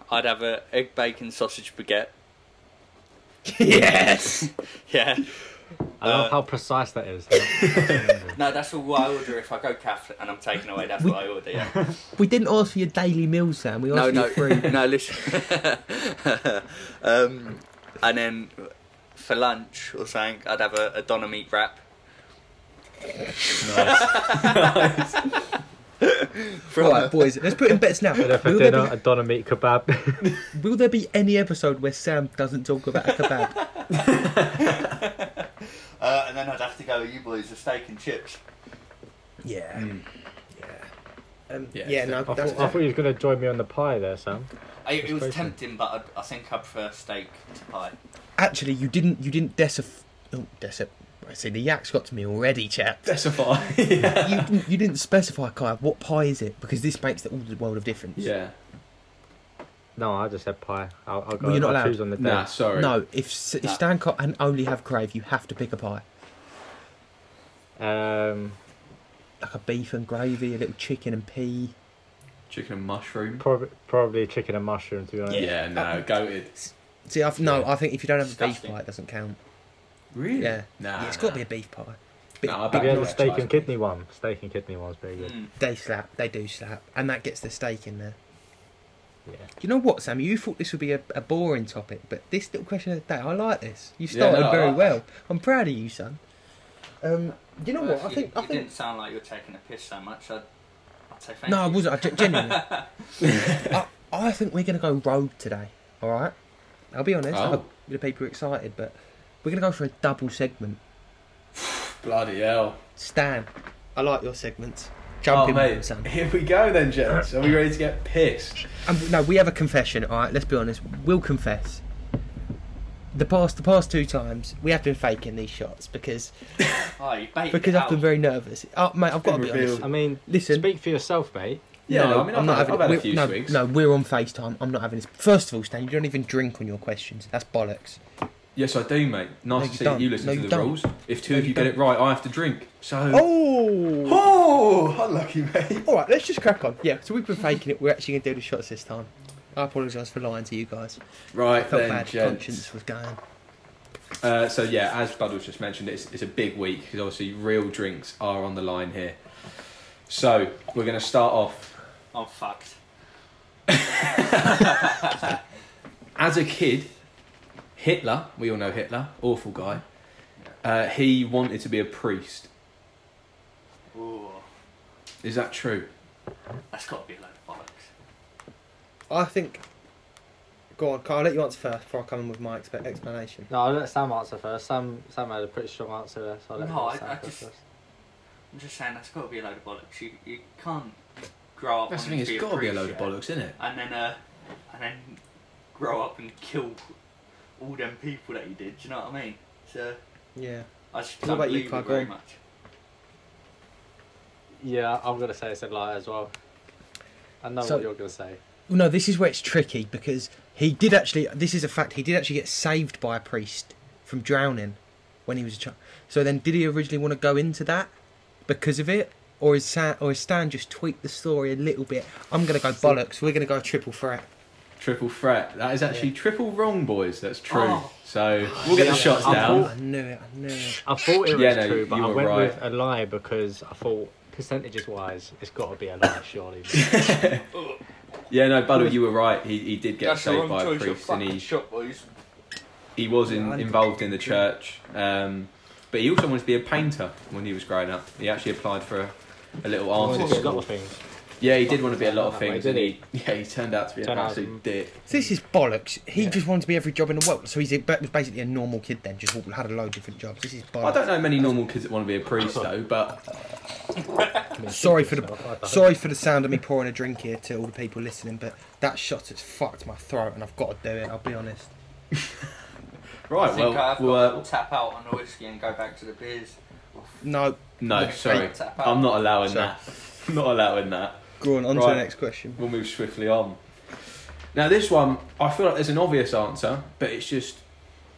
[SPEAKER 4] I'd have a egg bacon sausage baguette.
[SPEAKER 2] yes.
[SPEAKER 4] <laughs> Yeah,
[SPEAKER 1] I love
[SPEAKER 4] Uh,
[SPEAKER 1] how precise that is. <laughs>
[SPEAKER 4] no, that's all what I order if I go Catholic, and I'm taking away that's
[SPEAKER 2] We-
[SPEAKER 4] what I
[SPEAKER 2] <laughs>
[SPEAKER 4] order. Yeah,
[SPEAKER 2] <laughs> We didn't ask for your daily meals, Sam. We asked
[SPEAKER 4] no,
[SPEAKER 2] for
[SPEAKER 4] no,
[SPEAKER 2] your
[SPEAKER 4] <laughs>
[SPEAKER 2] free.
[SPEAKER 4] no. Listen, <laughs> um, and then for lunch or something, I'd have a, a doner meat wrap <laughs>
[SPEAKER 2] <laughs>
[SPEAKER 3] nice.
[SPEAKER 4] from
[SPEAKER 2] right, boys, let's put in bets now.
[SPEAKER 1] and then for
[SPEAKER 2] Will there,
[SPEAKER 1] dinner, a
[SPEAKER 2] be,
[SPEAKER 1] doner meat kebab. <laughs>
[SPEAKER 2] will there be any episode where Sam doesn't talk about a <laughs> kebab?
[SPEAKER 4] Uh, and then I'd have to go, you boys, a steak and chips.
[SPEAKER 2] yeah. Yeah. Hmm. Um, yeah.
[SPEAKER 3] Yeah,
[SPEAKER 2] no,
[SPEAKER 1] I, thought,
[SPEAKER 2] that's
[SPEAKER 1] I thought you was going to join me on the pie there, Sam.
[SPEAKER 4] I, it was
[SPEAKER 1] Steak.
[SPEAKER 4] tempting, but I'd, I think I prefer steak to pie.
[SPEAKER 2] actually you didn't you didn't decif oh decif I see the yak's got to me already, chap. <laughs>
[SPEAKER 3] Specify. <laughs> yeah.
[SPEAKER 2] You didn't, you didn't specify, Kai. What pie is it? Because this makes all the world of difference.
[SPEAKER 3] yeah.
[SPEAKER 1] No, I just said pie. I'll, I'll go.
[SPEAKER 2] Well, you're not
[SPEAKER 1] I'll
[SPEAKER 2] allowed.
[SPEAKER 1] choose on the day.
[SPEAKER 3] Nah, sorry.
[SPEAKER 2] No, if, S- if
[SPEAKER 4] No.
[SPEAKER 2] Stan can't and only have crave, you have to pick a pie,
[SPEAKER 1] Um,
[SPEAKER 2] like a beef and gravy, a little chicken and pea.
[SPEAKER 3] Chicken and mushroom.
[SPEAKER 1] prob- probably chicken and mushroom. To be honest.
[SPEAKER 3] Yeah,
[SPEAKER 2] Um,
[SPEAKER 3] no, goated.
[SPEAKER 2] See, I've, no,
[SPEAKER 3] Yeah.
[SPEAKER 2] I think if you don't have a beef
[SPEAKER 4] Disgusting.
[SPEAKER 2] pie, it doesn't count.
[SPEAKER 3] Really?
[SPEAKER 2] Yeah.
[SPEAKER 3] Nah.
[SPEAKER 2] yeah, it's got to be a beef pie. Bit-
[SPEAKER 3] Nah, I'd
[SPEAKER 2] bit
[SPEAKER 1] Have you
[SPEAKER 3] Yeah,
[SPEAKER 1] had
[SPEAKER 3] no,
[SPEAKER 1] the
[SPEAKER 2] nice.
[SPEAKER 1] steak
[SPEAKER 3] tries
[SPEAKER 1] and
[SPEAKER 3] to be.
[SPEAKER 1] kidney one? Steak and kidney one's very good.
[SPEAKER 4] Mm.
[SPEAKER 2] They slap. They do slap, and that gets the steak in there.
[SPEAKER 1] Yeah.
[SPEAKER 2] You know what, Sam? You thought this would be a, a boring topic, but this little question of the day, I like this. You
[SPEAKER 3] Yeah,
[SPEAKER 2] started
[SPEAKER 3] no, I
[SPEAKER 2] very
[SPEAKER 3] like
[SPEAKER 2] well. I'm proud of you, son. Um, you know
[SPEAKER 4] Well,
[SPEAKER 2] what? I
[SPEAKER 4] if
[SPEAKER 2] think.
[SPEAKER 4] you,
[SPEAKER 2] I
[SPEAKER 4] you
[SPEAKER 2] think.
[SPEAKER 4] didn't sound like you were taking a piss so much. I'd, I'd say thank
[SPEAKER 2] No, I
[SPEAKER 4] you.
[SPEAKER 2] wasn't. I gen-
[SPEAKER 3] <laughs>
[SPEAKER 2] genuinely. I, I think we're gonna go road today. All right. I'll be honest. I
[SPEAKER 3] Oh.
[SPEAKER 2] hope the people are excited, but we're gonna go for a double segment.
[SPEAKER 3] Bloody hell.
[SPEAKER 2] Stan, I like your segments. Jumping
[SPEAKER 3] oh,
[SPEAKER 2] on
[SPEAKER 3] mate.
[SPEAKER 2] Sam.
[SPEAKER 3] Here we go then, gents. Are we ready to get pissed?
[SPEAKER 2] And no, we have a confession. All right, let's be honest. We'll confess. The past, the past two times, we have been faking these shots because
[SPEAKER 4] Oh, you baked
[SPEAKER 2] because
[SPEAKER 4] it
[SPEAKER 2] I've been
[SPEAKER 4] out.
[SPEAKER 2] very nervous. Oh, mate, I've got to
[SPEAKER 3] Been
[SPEAKER 2] be honest.
[SPEAKER 3] revealed.
[SPEAKER 1] I mean,
[SPEAKER 2] Listen.
[SPEAKER 1] Speak for yourself, mate.
[SPEAKER 3] Yeah, no, I mean, I've
[SPEAKER 2] am not
[SPEAKER 3] had-
[SPEAKER 2] having
[SPEAKER 3] I've had a
[SPEAKER 2] we're-
[SPEAKER 3] few
[SPEAKER 2] no,
[SPEAKER 3] swigs.
[SPEAKER 2] no, we're on FaceTime. I'm not having this. First of all, Stan, you don't even drink on your questions. That's bollocks.
[SPEAKER 3] Yes, I do, mate.
[SPEAKER 2] No,
[SPEAKER 3] Nice
[SPEAKER 2] you
[SPEAKER 3] to see that you
[SPEAKER 2] don't.
[SPEAKER 3] listen
[SPEAKER 2] No,
[SPEAKER 3] to
[SPEAKER 2] you
[SPEAKER 3] the
[SPEAKER 2] don't.
[SPEAKER 3] rules. If two
[SPEAKER 2] No,
[SPEAKER 3] of
[SPEAKER 2] you
[SPEAKER 3] you get it
[SPEAKER 2] don't.
[SPEAKER 3] right, I have to drink. So.
[SPEAKER 2] Oh!
[SPEAKER 3] Oh, unlucky, mate.
[SPEAKER 2] All right, let's just crack on. Yeah, so we've been faking it. We're actually going to do the shots this time. I apologise for lying to you guys. I
[SPEAKER 3] Right
[SPEAKER 2] felt
[SPEAKER 3] then,
[SPEAKER 2] bad.
[SPEAKER 3] gents.
[SPEAKER 2] Conscience was going.
[SPEAKER 3] Uh, so yeah, as Bud was just mentioned, it's, it's a big week because obviously real drinks are on the line here. So we're going to start off.
[SPEAKER 4] I'm Oh, fucked.
[SPEAKER 3] As a kid, Hitler. We all know Hitler. Awful guy. Uh, he wanted to be a priest.
[SPEAKER 4] Ooh,
[SPEAKER 3] Is that true?
[SPEAKER 4] that's got to be a load of bollocks.
[SPEAKER 2] I think. Go on, Carl. I'll let you answer first before I come in with my expe- explanation.
[SPEAKER 1] No, I'll let Sam answer first. Sam, Sam had a pretty strong answer there, so I'll let
[SPEAKER 4] No, I-
[SPEAKER 1] Sam
[SPEAKER 4] I
[SPEAKER 1] go
[SPEAKER 4] just-
[SPEAKER 1] first.
[SPEAKER 4] I'm just saying, that's got to be a load of bollocks. You, you can't grow up
[SPEAKER 3] That's the
[SPEAKER 4] wanting
[SPEAKER 3] thing. It's
[SPEAKER 4] to
[SPEAKER 3] got to be a
[SPEAKER 4] priest,
[SPEAKER 3] load of
[SPEAKER 4] yeah.
[SPEAKER 3] bollocks, isn't it?
[SPEAKER 4] And then, uh, and then grow up and kill all them people that you did. Do you know what I mean? So
[SPEAKER 2] Yeah.
[SPEAKER 4] I just
[SPEAKER 2] What
[SPEAKER 4] don't
[SPEAKER 2] about you,
[SPEAKER 4] believe it
[SPEAKER 2] Carl?
[SPEAKER 4] very much.
[SPEAKER 1] Yeah, I'm gonna say it's a lie as well. I know
[SPEAKER 2] So-
[SPEAKER 1] what you're gonna say.
[SPEAKER 2] Well, no, this is where it's tricky because he did actually. This is a fact. He did actually get saved by a priest from drowning when he was a child. So then, did he originally want to go into that because of it, or is Stan, or is Stan just tweaked the story a little bit? I'm gonna go bollocks. We're gonna go triple threat.
[SPEAKER 3] Triple threat. That is actually triple wrong, boys. That's true.
[SPEAKER 4] Oh.
[SPEAKER 3] So we'll get the
[SPEAKER 1] Yeah.
[SPEAKER 3] shots
[SPEAKER 1] I'm
[SPEAKER 3] down.
[SPEAKER 1] all-
[SPEAKER 2] I knew it. I knew it.
[SPEAKER 1] I thought it was
[SPEAKER 3] Yeah, no,
[SPEAKER 1] true, but
[SPEAKER 3] you
[SPEAKER 1] I
[SPEAKER 3] were
[SPEAKER 1] went
[SPEAKER 3] right.
[SPEAKER 1] with a lie because I thought percentages wise, it's got to be a lie,
[SPEAKER 3] <laughs>
[SPEAKER 1] surely.
[SPEAKER 3] Yeah, no, Buddle, you were right. He, he did get
[SPEAKER 4] That's the
[SPEAKER 3] saved
[SPEAKER 4] wrong
[SPEAKER 3] by a
[SPEAKER 4] choice of
[SPEAKER 3] priest, and
[SPEAKER 4] fucking
[SPEAKER 3] he
[SPEAKER 4] shot, boys.
[SPEAKER 3] he was
[SPEAKER 2] Yeah,
[SPEAKER 3] in,
[SPEAKER 2] I did.
[SPEAKER 3] involved in the church. Um, but he also wanted to be a painter when he was growing up. He actually applied for a, a little
[SPEAKER 1] Oh,
[SPEAKER 3] artist.
[SPEAKER 1] it's got the thing.
[SPEAKER 3] Yeah, he did want to be a lot of
[SPEAKER 1] That way,
[SPEAKER 3] things,
[SPEAKER 1] did
[SPEAKER 3] and he yeah he turned out to be an
[SPEAKER 1] Turned out
[SPEAKER 3] absolute dick.
[SPEAKER 2] So this is bollocks. He
[SPEAKER 3] Yeah.
[SPEAKER 2] just wanted to be every job in the world. So he's a, but was basically a normal kid then, just had a load of different jobs. This is
[SPEAKER 3] I
[SPEAKER 2] bollocks.
[SPEAKER 3] don't know many normal kids that want to be a priest though, but
[SPEAKER 2] Sorry for
[SPEAKER 1] I
[SPEAKER 2] the
[SPEAKER 1] don't-
[SPEAKER 2] sorry for the sound of me pouring a drink here to all the people listening, but that shot has fucked my throat, and I've got to do it. I'll be honest.
[SPEAKER 3] right,
[SPEAKER 4] I think
[SPEAKER 3] well,
[SPEAKER 4] I've
[SPEAKER 3] we'll
[SPEAKER 4] got
[SPEAKER 3] uh,
[SPEAKER 4] to tap out on the whiskey and go back to the beers.
[SPEAKER 2] No,
[SPEAKER 3] no,
[SPEAKER 2] Okay.
[SPEAKER 3] sorry,
[SPEAKER 4] Tap out.
[SPEAKER 3] I'm not allowing
[SPEAKER 2] Sorry.
[SPEAKER 3] that. <laughs> not allowing that.
[SPEAKER 2] go on. On to
[SPEAKER 3] Right.
[SPEAKER 2] the next question.
[SPEAKER 3] We'll move swiftly on. Now, this one, I feel like there's an obvious answer, but it's just,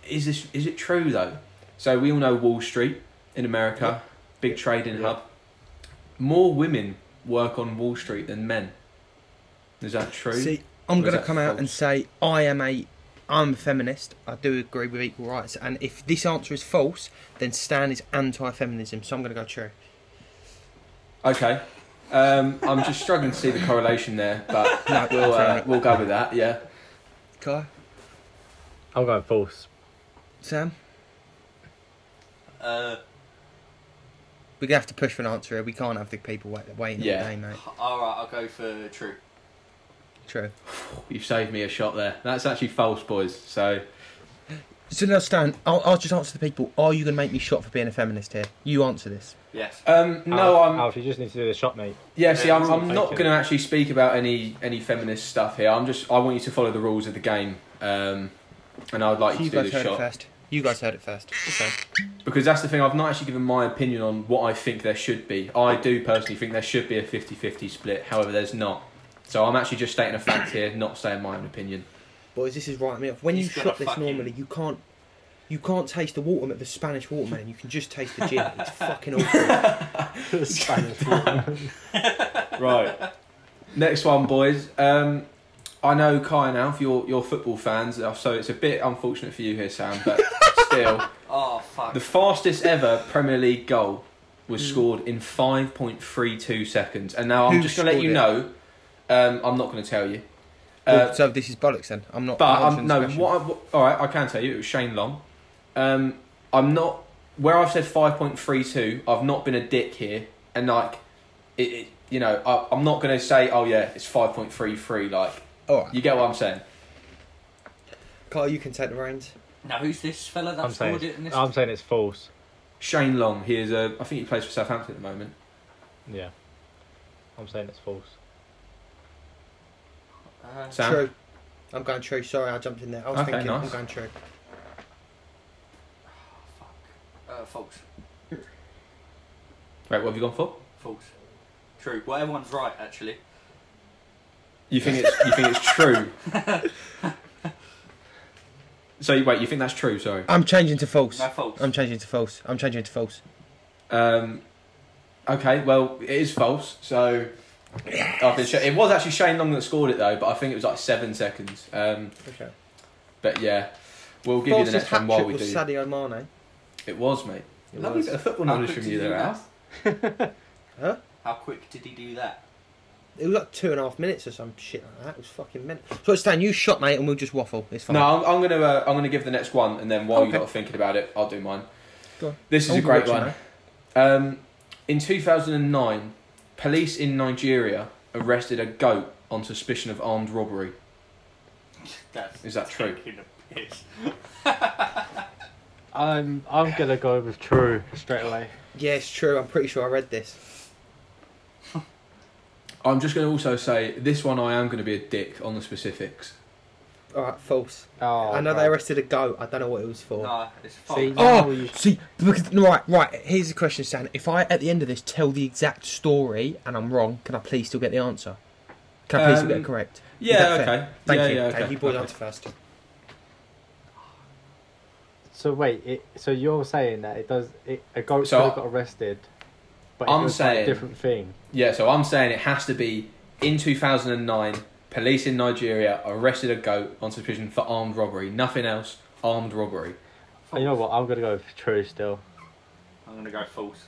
[SPEAKER 3] is this is it true though? So we all know Wall Street in America, big trading
[SPEAKER 1] Yeah.
[SPEAKER 3] hub. More women work on Wall Street than men. Is that true?
[SPEAKER 2] See, I'm
[SPEAKER 3] Or is
[SPEAKER 2] going to
[SPEAKER 3] that
[SPEAKER 2] come out and
[SPEAKER 3] false?
[SPEAKER 2] say I am a I'm a feminist. I do agree with equal rights, and if this answer is false, then Stan is anti-feminism. So I'm going to go true.
[SPEAKER 3] Okay. Um, I'm just struggling to see the correlation there,
[SPEAKER 1] <laughs>
[SPEAKER 3] but
[SPEAKER 2] No,
[SPEAKER 3] <laughs> we'll
[SPEAKER 2] fair
[SPEAKER 3] uh,
[SPEAKER 2] enough.
[SPEAKER 3] we'll go with that. Yeah.
[SPEAKER 2] Kai,
[SPEAKER 1] I'm going false.
[SPEAKER 2] Sam,
[SPEAKER 4] Uh,
[SPEAKER 2] we're going to have to push for an answer here. We can't have the people wait, waiting
[SPEAKER 3] Yeah.
[SPEAKER 2] all day, mate.
[SPEAKER 4] all right, I'll go for true.
[SPEAKER 2] True.
[SPEAKER 3] You've saved me a shot there. That's actually false, boys. So
[SPEAKER 2] So now, Stan, I'll, I'll just answer the people. Are you going to make me shot for being a feminist here? You answer this.
[SPEAKER 4] Yes.
[SPEAKER 3] um, no,
[SPEAKER 1] Alf,
[SPEAKER 3] I'm
[SPEAKER 1] Alf, you just need to do the shot, mate.
[SPEAKER 3] Yeah, see, I'm, I'm
[SPEAKER 1] Thank
[SPEAKER 3] not
[SPEAKER 1] you.
[SPEAKER 3] going to actually speak about any any feminist stuff here. I'm just I want you to follow the rules of the game, um, and I would like you,
[SPEAKER 2] you
[SPEAKER 3] to do
[SPEAKER 2] guys
[SPEAKER 3] this
[SPEAKER 2] heard it
[SPEAKER 3] shot
[SPEAKER 2] first. You guys heard it first. So,
[SPEAKER 3] because that's the thing. I've not actually given my opinion on what I think there should be. I do personally think there should be a 50-50 split. However, there's not. So I'm actually just stating a fact here, not stating my own opinion.
[SPEAKER 2] boys, this is writing me off. When
[SPEAKER 4] He's
[SPEAKER 2] you
[SPEAKER 4] gonna
[SPEAKER 2] shot this
[SPEAKER 4] fucking-
[SPEAKER 2] normally, you can't. You can't taste the watermelon, the Spanish watermelon. You can just taste the gin.
[SPEAKER 3] <laughs>
[SPEAKER 2] It's
[SPEAKER 3] Uh,
[SPEAKER 2] fucking awful.
[SPEAKER 1] Spanish
[SPEAKER 3] right. Next one, boys. Um, I know Kai and Alf, you're you're football fans, Uh, so it's a bit unfortunate for you here, Sam, but still.
[SPEAKER 4] Oh fuck.
[SPEAKER 3] The fastest ever Premier League goal was scored in 5.32 seconds. And now I'm
[SPEAKER 2] Hmm. Who
[SPEAKER 3] just going to let
[SPEAKER 2] scored
[SPEAKER 3] you
[SPEAKER 2] it?
[SPEAKER 3] know. Um, I'm not going to tell you.
[SPEAKER 2] Well,
[SPEAKER 3] Uh,
[SPEAKER 2] Oh, so this is bollocks then. I'm not.
[SPEAKER 3] but
[SPEAKER 2] I'm
[SPEAKER 3] um, no, what, I, what- all right, I can tell you. It was Shane Long. Um, I'm not where I've said 5.32. I've not been a dick here, and like, it, it you know, I, I'm not going to say, oh yeah, it's 5.33. Like,
[SPEAKER 2] All right,
[SPEAKER 3] you get what I'm saying?
[SPEAKER 2] Carl, you can take the reins.
[SPEAKER 4] now who's this fella that
[SPEAKER 1] I'm
[SPEAKER 4] scored it in
[SPEAKER 1] saying,
[SPEAKER 4] this?
[SPEAKER 1] I'm saying it's false.
[SPEAKER 3] Shane Long. He is a. I think he plays for Southampton at the moment.
[SPEAKER 1] Yeah. I'm saying it's false.
[SPEAKER 4] Uh,
[SPEAKER 3] Sam.
[SPEAKER 2] True. I'm going true. Sorry, I jumped in there. I was
[SPEAKER 3] Okay,
[SPEAKER 2] thinking I'm
[SPEAKER 3] nice.
[SPEAKER 2] going true.
[SPEAKER 4] uh, false.
[SPEAKER 3] Right, what have you gone for?
[SPEAKER 4] False. True. Well, everyone's right actually.
[SPEAKER 3] You think it's you think it's true. so you, wait, you think that's true? Sorry.
[SPEAKER 2] I'm changing to false.
[SPEAKER 4] No false.
[SPEAKER 2] I'm changing to false. I'm changing to false.
[SPEAKER 3] Um, okay, well it is false. So I've been sh- it was actually Shane Long that scored it though, but I think it was like seven seconds. Um,
[SPEAKER 2] Okay.
[SPEAKER 3] but yeah, we'll give you the
[SPEAKER 2] False's
[SPEAKER 3] next one
[SPEAKER 2] hat
[SPEAKER 3] while
[SPEAKER 2] trick
[SPEAKER 3] we
[SPEAKER 2] was
[SPEAKER 3] do.
[SPEAKER 2] Sadio Mane.
[SPEAKER 3] It was, mate.
[SPEAKER 2] It
[SPEAKER 3] Lovely
[SPEAKER 2] was.
[SPEAKER 3] bit of football
[SPEAKER 4] How
[SPEAKER 3] knowledge
[SPEAKER 4] quick
[SPEAKER 3] from
[SPEAKER 4] did
[SPEAKER 3] you
[SPEAKER 4] he
[SPEAKER 3] there,
[SPEAKER 4] do
[SPEAKER 3] Alf. <laughs>
[SPEAKER 2] Huh?
[SPEAKER 4] How quick did he do that? <laughs>
[SPEAKER 2] It was like two and a half minutes or some shit like that. It was fucking meant. So Stan, you shot, mate, and we'll just waffle. It's fine.
[SPEAKER 3] No, I'm, I'm gonna uh, I'm gonna give the next one, and then while you
[SPEAKER 2] Okay.
[SPEAKER 3] got thinking about it, I'll do mine.
[SPEAKER 2] Go on.
[SPEAKER 3] This is
[SPEAKER 2] I'll
[SPEAKER 3] a great
[SPEAKER 2] watch it
[SPEAKER 3] one. Um, in 2009, police in Nigeria arrested a goat on suspicion of armed robbery.
[SPEAKER 4] That's
[SPEAKER 3] Is that true?
[SPEAKER 4] taking a piss.
[SPEAKER 3] Um,
[SPEAKER 1] I'm I'm gonna go with true straight away.
[SPEAKER 2] Yeah, it's true. I'm pretty sure I read this.
[SPEAKER 3] I'm just going to also say this one I am going to be a dick on the specifics.
[SPEAKER 2] All right, false.
[SPEAKER 1] Oh,
[SPEAKER 2] I know
[SPEAKER 1] right.
[SPEAKER 2] they arrested a goat. I don't know what it was for.
[SPEAKER 4] No, it's false.
[SPEAKER 1] See,
[SPEAKER 2] Oh,
[SPEAKER 1] now you-
[SPEAKER 2] see, because no, right, right. Here's the question, Stan. If I at the end of this tell the exact story and I'm wrong, can I please still get the answer? Can I please still get
[SPEAKER 3] Um,
[SPEAKER 2] it correct?
[SPEAKER 3] Yeah,
[SPEAKER 2] that fair?
[SPEAKER 3] okay.
[SPEAKER 2] Thank
[SPEAKER 3] yeah,
[SPEAKER 2] you.
[SPEAKER 3] Yeah, okay.
[SPEAKER 2] Thank you, boys.
[SPEAKER 3] okay.
[SPEAKER 2] Answer first.
[SPEAKER 1] So wait, it, so you're saying that it does it, a goat
[SPEAKER 3] So
[SPEAKER 1] could
[SPEAKER 3] I-
[SPEAKER 1] have got arrested, but
[SPEAKER 3] I'm
[SPEAKER 1] it was like
[SPEAKER 3] saying-
[SPEAKER 1] a different thing.
[SPEAKER 3] Yeah, so I'm saying it has to be in 2009, police in Nigeria arrested a goat on suspicion for armed robbery. Nothing else, armed robbery.
[SPEAKER 1] And you know what? I'm gonna go with true still.
[SPEAKER 4] I'm gonna go false.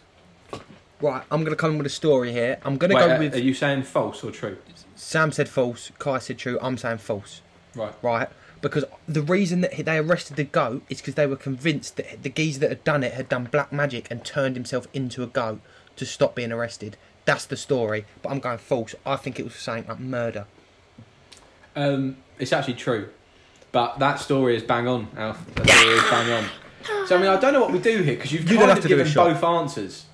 [SPEAKER 2] Right, I'm gonna come with a story here. I'm gonna
[SPEAKER 3] Wait,
[SPEAKER 2] go
[SPEAKER 3] uh,
[SPEAKER 2] with
[SPEAKER 3] are you saying false or true?
[SPEAKER 2] Sam said false, Kai said true. I'm saying false.
[SPEAKER 3] Right.
[SPEAKER 2] Right, because the reason that they arrested the goat is because they were convinced that the geezer that had done it had done black magic and turned himself into a goat to stop being arrested. That's the story, but I'm going false. I think it was saying like murder.
[SPEAKER 3] Um, it's actually true, but that story is bang on, Alf. That story is bang on. So I mean, I don't know what we do here because you've
[SPEAKER 2] You don't
[SPEAKER 3] kind
[SPEAKER 2] have
[SPEAKER 3] of
[SPEAKER 2] to do a
[SPEAKER 3] given
[SPEAKER 2] shot.
[SPEAKER 3] both answers.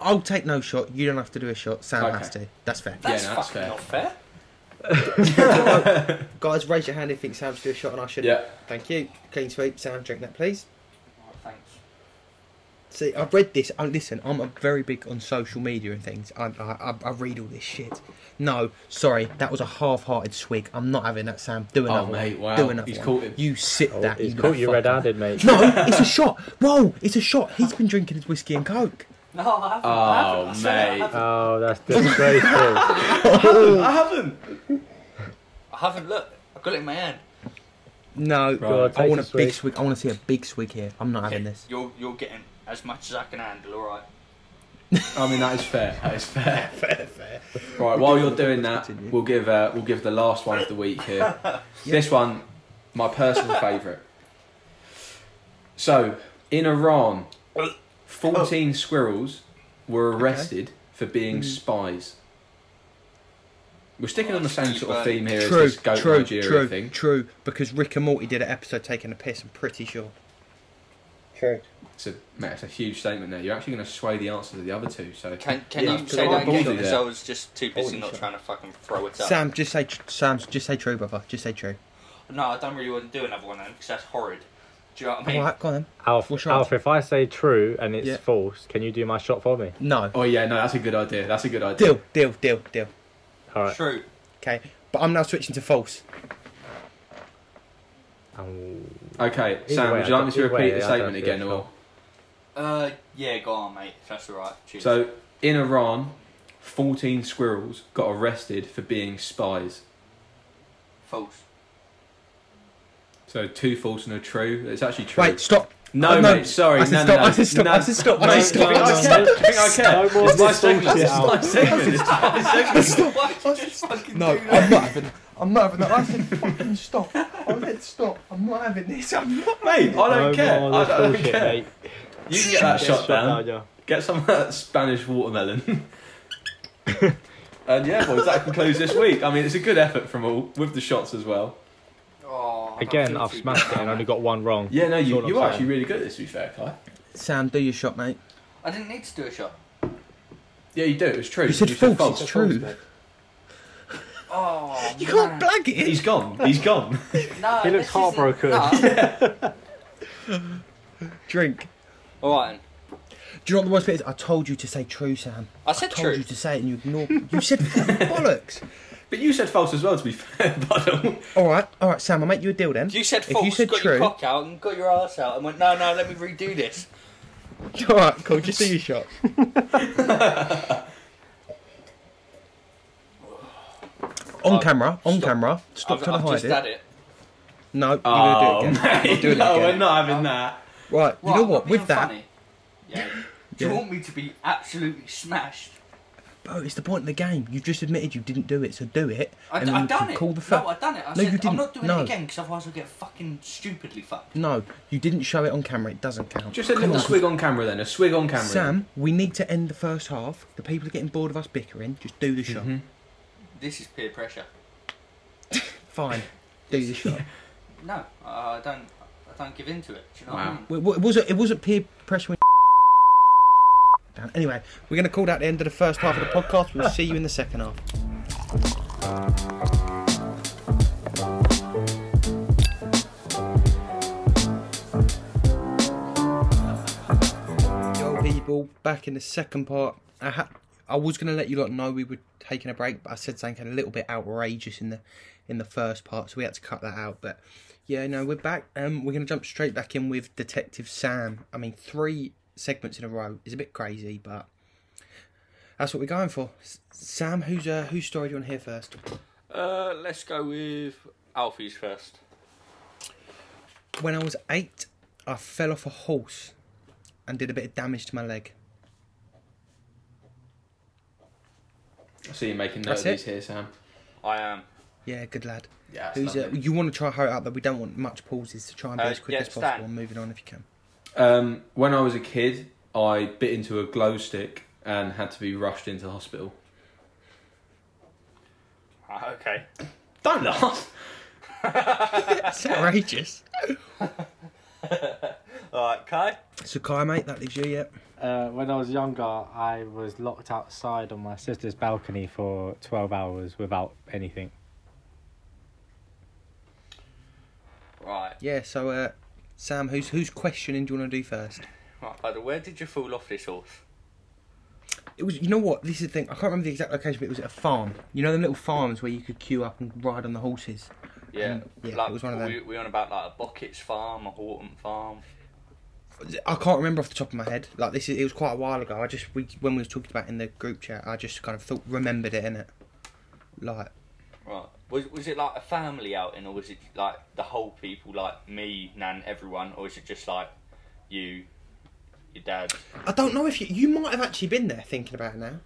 [SPEAKER 2] I'll take no shot. You don't have to do a shot. Sam
[SPEAKER 3] Okay.
[SPEAKER 2] has to. That's fair.
[SPEAKER 4] That's
[SPEAKER 3] no, that's
[SPEAKER 4] fucking
[SPEAKER 3] fair.
[SPEAKER 4] not fair.
[SPEAKER 2] Guys, raise your hand if you think Sam should do a shot and I shouldn't.
[SPEAKER 3] Yeah.
[SPEAKER 2] Thank you. Clean sweep. Sam, drink that, please.
[SPEAKER 4] thanks.
[SPEAKER 2] See, I've read this. I, listen, I'm a very big on social media and things. I, I, I- I read all this shit. No, sorry, that was a half-hearted swig. I'm not having that, Sam. Do
[SPEAKER 3] Oh
[SPEAKER 2] another
[SPEAKER 3] mate,
[SPEAKER 2] one.
[SPEAKER 3] wow.
[SPEAKER 2] Do another
[SPEAKER 3] He's
[SPEAKER 2] one.
[SPEAKER 3] caught it.
[SPEAKER 2] You sip that.
[SPEAKER 1] Oh, he's
[SPEAKER 2] you
[SPEAKER 1] caught you
[SPEAKER 2] little fucker.
[SPEAKER 1] red-handed, mate. <laughs>
[SPEAKER 2] <laughs> No, it's a shot. Whoa, it's a shot. He's been drinking his whiskey and coke.
[SPEAKER 4] No, I haven't. I haven't.
[SPEAKER 3] Oh
[SPEAKER 4] I said I
[SPEAKER 3] mate.
[SPEAKER 4] haven't.
[SPEAKER 1] Oh, that's
[SPEAKER 2] <laughs>
[SPEAKER 1] disgraceful.
[SPEAKER 3] I haven't.
[SPEAKER 4] I haven't looked. I've got it in my hand.
[SPEAKER 2] No,
[SPEAKER 1] God,
[SPEAKER 2] I
[SPEAKER 1] take
[SPEAKER 2] want a
[SPEAKER 1] a swig.
[SPEAKER 2] big swig. I want to see a big swig here. I'm not having this.
[SPEAKER 4] You're you're getting as much as I can handle. All right.
[SPEAKER 3] I mean, that is fair. That is fair.
[SPEAKER 2] <laughs> Fair, fair.
[SPEAKER 3] Right, while you're doing
[SPEAKER 2] Let's
[SPEAKER 3] that,
[SPEAKER 2] continue.
[SPEAKER 3] we'll give uh, we'll give the last one of the
[SPEAKER 2] <laughs>
[SPEAKER 3] week here. This one, my personal favourite. So, in Iran,
[SPEAKER 2] Oh.
[SPEAKER 3] 14 squirrels were arrested for
[SPEAKER 2] Hmm.
[SPEAKER 3] being spies. We're sticking on the same sort of theme here
[SPEAKER 2] True,
[SPEAKER 3] as this goat
[SPEAKER 2] true,
[SPEAKER 3] Nigeria
[SPEAKER 2] true,
[SPEAKER 3] thing.
[SPEAKER 2] true. Because Rick and Morty did an episode taking a piss. I'm pretty sure. True.
[SPEAKER 3] It's a, mate, it's a huge statement there. You're actually going to sway the answer to the other two. So,
[SPEAKER 4] Can can
[SPEAKER 2] Yeah,
[SPEAKER 4] you
[SPEAKER 2] it's
[SPEAKER 4] say
[SPEAKER 2] all
[SPEAKER 4] that again?
[SPEAKER 3] ballsy
[SPEAKER 4] Because
[SPEAKER 3] there.
[SPEAKER 4] I was just too busy
[SPEAKER 2] Ballsy
[SPEAKER 4] not
[SPEAKER 2] shot.
[SPEAKER 4] trying to fucking throw it up.
[SPEAKER 2] Sam, just say tr- Sam, just say true, brother. Just say true.
[SPEAKER 4] No, I don't really want to do another one then because that's horrid. Do you know what I mean?
[SPEAKER 2] All right, go on. Then. What's
[SPEAKER 1] Alf,
[SPEAKER 2] your
[SPEAKER 1] Alf, if I say true and it's
[SPEAKER 2] Yeah.
[SPEAKER 1] false, can you do my shot for me?
[SPEAKER 2] No.
[SPEAKER 3] oh yeah, no, that's a good idea. That's a good idea.
[SPEAKER 2] Deal, deal, deal, deal.
[SPEAKER 1] All right.
[SPEAKER 4] True.
[SPEAKER 2] Okay, but I'm now switching to false.
[SPEAKER 1] Um,
[SPEAKER 3] Okay,
[SPEAKER 1] Either way,
[SPEAKER 3] Sam, would
[SPEAKER 1] I
[SPEAKER 3] you like
[SPEAKER 1] don't-
[SPEAKER 3] me to
[SPEAKER 1] either
[SPEAKER 3] repeat
[SPEAKER 1] way, I
[SPEAKER 3] the
[SPEAKER 1] don't
[SPEAKER 3] statement
[SPEAKER 1] feel
[SPEAKER 3] again, or?
[SPEAKER 1] sure.
[SPEAKER 4] Uh, yeah, go on, mate. If that's all right. Cheers.
[SPEAKER 3] So, in Iran, 14 squirrels got arrested for being spies.
[SPEAKER 4] false.
[SPEAKER 3] So, two false and a true. It's actually true.
[SPEAKER 2] Wait, stop.
[SPEAKER 3] no,
[SPEAKER 2] Oh, no.
[SPEAKER 3] mate, sorry.
[SPEAKER 2] I said
[SPEAKER 3] no,
[SPEAKER 2] stop,
[SPEAKER 3] no, no.
[SPEAKER 2] I said stop,
[SPEAKER 3] No,
[SPEAKER 2] I said stop, I
[SPEAKER 3] no,
[SPEAKER 2] said stop,
[SPEAKER 3] no,
[SPEAKER 2] I said
[SPEAKER 3] no, no. think I care.
[SPEAKER 1] No more
[SPEAKER 3] It's my
[SPEAKER 1] this
[SPEAKER 3] segment.
[SPEAKER 1] bullshit,
[SPEAKER 3] It's my
[SPEAKER 1] Alf.
[SPEAKER 3] segment. It's my segment.
[SPEAKER 4] <laughs> Why did you just fucking
[SPEAKER 2] No,
[SPEAKER 4] do <laughs> that?
[SPEAKER 2] I'm not having. I'm not having that. I <laughs> said fucking stop. I said stop. I'm not having this. I'm not.
[SPEAKER 3] Mate, <laughs> I don't
[SPEAKER 1] no
[SPEAKER 3] care.
[SPEAKER 1] more
[SPEAKER 3] I
[SPEAKER 1] of this
[SPEAKER 3] don't, I don't
[SPEAKER 1] bullshit,
[SPEAKER 3] care.
[SPEAKER 1] mate.
[SPEAKER 3] You can get
[SPEAKER 1] <laughs>
[SPEAKER 3] that
[SPEAKER 1] Get
[SPEAKER 3] shot down.
[SPEAKER 1] yeah.
[SPEAKER 3] Get some of that Spanish watermelon. <laughs> and yeah, boys, that concludes this week. I mean, it's a good effort from all, with the shots as well.
[SPEAKER 4] Oh, I don't
[SPEAKER 1] Again,
[SPEAKER 4] feel
[SPEAKER 1] I've
[SPEAKER 4] too
[SPEAKER 1] smashed
[SPEAKER 4] bad.
[SPEAKER 1] it and only got one wrong.
[SPEAKER 3] Yeah, no,
[SPEAKER 1] That's all
[SPEAKER 3] you,
[SPEAKER 1] I'm
[SPEAKER 3] you are
[SPEAKER 1] saying.
[SPEAKER 3] actually really good at this, to be fair, Kai.
[SPEAKER 2] Sam, do your shot, mate.
[SPEAKER 4] I didn't need to do a shot.
[SPEAKER 3] Yeah, you do. It's true.
[SPEAKER 2] You said false, it's true.
[SPEAKER 1] <laughs>
[SPEAKER 4] Oh,
[SPEAKER 2] You can't
[SPEAKER 4] man.
[SPEAKER 2] blag it.
[SPEAKER 3] He's gone.
[SPEAKER 2] <laughs>
[SPEAKER 3] He's gone.
[SPEAKER 4] No,
[SPEAKER 1] He looks
[SPEAKER 4] this isn't-
[SPEAKER 1] heartbroken. <laughs>
[SPEAKER 4] No.
[SPEAKER 2] Drink.
[SPEAKER 4] all right. Then.
[SPEAKER 2] Do you know what the worst bit is? I told you to say true, Sam.
[SPEAKER 4] I said
[SPEAKER 2] told
[SPEAKER 4] true.
[SPEAKER 2] you to say it and you ignored. You said <laughs> fucking bollocks.
[SPEAKER 3] But you said false as well, to be fair, <laughs> Buddle.
[SPEAKER 2] All right, all right, Sam. I'll make you a deal then.
[SPEAKER 4] You said
[SPEAKER 2] If you
[SPEAKER 4] false,
[SPEAKER 2] said
[SPEAKER 4] got
[SPEAKER 2] true-
[SPEAKER 4] your cock out and got your ass out and went, no, no, let me redo this.
[SPEAKER 2] All right, cool. Just do your shot. on
[SPEAKER 4] Oh,
[SPEAKER 2] camera, on
[SPEAKER 4] stop.
[SPEAKER 2] camera. Stop
[SPEAKER 4] I've,
[SPEAKER 2] trying
[SPEAKER 4] I've
[SPEAKER 2] to hide
[SPEAKER 4] just
[SPEAKER 2] it.
[SPEAKER 4] had it.
[SPEAKER 2] No, you're
[SPEAKER 3] Oh,
[SPEAKER 2] gonna do it again.
[SPEAKER 3] mate.
[SPEAKER 2] do it
[SPEAKER 3] <laughs> no,
[SPEAKER 2] again.
[SPEAKER 3] we're not having that.
[SPEAKER 2] Right, you know
[SPEAKER 4] I'm
[SPEAKER 2] what?
[SPEAKER 4] not being
[SPEAKER 2] With that,
[SPEAKER 4] funny. Yeah.
[SPEAKER 2] <laughs>
[SPEAKER 4] Do you
[SPEAKER 2] Yeah.
[SPEAKER 4] want me to be absolutely smashed?
[SPEAKER 2] bro, it's the point of the game. You've just admitted you didn't do it, so do it.
[SPEAKER 4] I,
[SPEAKER 2] and
[SPEAKER 4] d-
[SPEAKER 2] then
[SPEAKER 4] I
[SPEAKER 2] you
[SPEAKER 4] done
[SPEAKER 2] can
[SPEAKER 4] it.
[SPEAKER 2] Call the fuck.
[SPEAKER 4] No, I done it. I
[SPEAKER 2] No,
[SPEAKER 4] said,
[SPEAKER 2] you didn't.
[SPEAKER 4] I'm not doing
[SPEAKER 2] No.
[SPEAKER 4] it again because otherwise I'll get fucking stupidly fucked.
[SPEAKER 2] No, you didn't show it on camera. It doesn't count.
[SPEAKER 3] Just a
[SPEAKER 2] Come
[SPEAKER 3] little
[SPEAKER 2] on.
[SPEAKER 3] swig on camera then. A swig on camera.
[SPEAKER 2] Sam, we need to end the first half. The people are getting bored of us bickering. Just do the shot.
[SPEAKER 3] Mhm.
[SPEAKER 4] Mm-hmm. This is peer pressure.
[SPEAKER 2] Fine, do the shot.
[SPEAKER 4] No, I don't. I don't give in to it. Do you know
[SPEAKER 3] Wow.
[SPEAKER 4] what I mean?
[SPEAKER 2] Well, It wasn't. It wasn't peer pressure. When Down. Anyway, we're going to call that the end of the first half of the podcast. We'll see you in the second half. Yo, people, back in the second part. I ha- I was going to let you lot know we were taking a break, but I said something a little bit outrageous in the in the first part, so we had to cut that out. But yeah, no, we're back. Um, we're going to jump straight back in with Detective Sam. I mean, three segments in a row is a bit crazy, but that's what we're going for. S- Sam, who's uh, whose story do you want to hear first?
[SPEAKER 4] Uh, let's go with Alfie's first.
[SPEAKER 2] When I was eight, I fell off a horse and did a bit of damage to my leg.
[SPEAKER 3] I see you making note
[SPEAKER 2] That's
[SPEAKER 3] of these
[SPEAKER 2] it.
[SPEAKER 3] here, Sam.
[SPEAKER 4] I am.
[SPEAKER 2] Yeah, good lad.
[SPEAKER 3] Yeah, it's
[SPEAKER 2] Who's uh,
[SPEAKER 3] lovely.
[SPEAKER 2] you want to try and hurry up though? We don't want much pauses to try and be
[SPEAKER 4] Uh,
[SPEAKER 2] as quick
[SPEAKER 4] yeah,
[SPEAKER 2] as
[SPEAKER 4] Stan.
[SPEAKER 2] possible. and Moving on if you can.
[SPEAKER 3] um, when I was a kid, I bit into a glow stick and had to be rushed into hospital.
[SPEAKER 4] Ah, okay. <laughs>
[SPEAKER 3] Don't laugh.
[SPEAKER 2] That's outrageous.
[SPEAKER 4] All right, Kai.
[SPEAKER 2] So Kai, mate, that is you, yeah.
[SPEAKER 1] Uh, when I was younger, I was locked outside on my sister's balcony for 12 hours without anything.
[SPEAKER 4] Right.
[SPEAKER 2] Yeah, so uh, Sam, who's whose questioning do you want to do first?
[SPEAKER 4] Right, Paddy, where did you fall off this horse?
[SPEAKER 2] It was, you know what? This is the thing. I can't remember the exact location, but it was at a farm. You know, the little farms where you could queue up and ride on the horses.
[SPEAKER 4] Yeah,
[SPEAKER 2] Um, yeah,
[SPEAKER 4] like,
[SPEAKER 2] it was one of
[SPEAKER 4] were
[SPEAKER 2] them.
[SPEAKER 4] We, we on about like a Bockett's farm, a Horton farm.
[SPEAKER 2] I can't remember off the top of my head. Like this is, it was quite a while ago. I just we when we was talking about it in the group chat, I just kind of thought remembered it in it. Like
[SPEAKER 4] Right. Was was it like a family outing, or was it like the whole people, like me, Nan, everyone, or is it just like you, your dad?
[SPEAKER 2] I don't know if you you might have actually been there. Thinking about it now,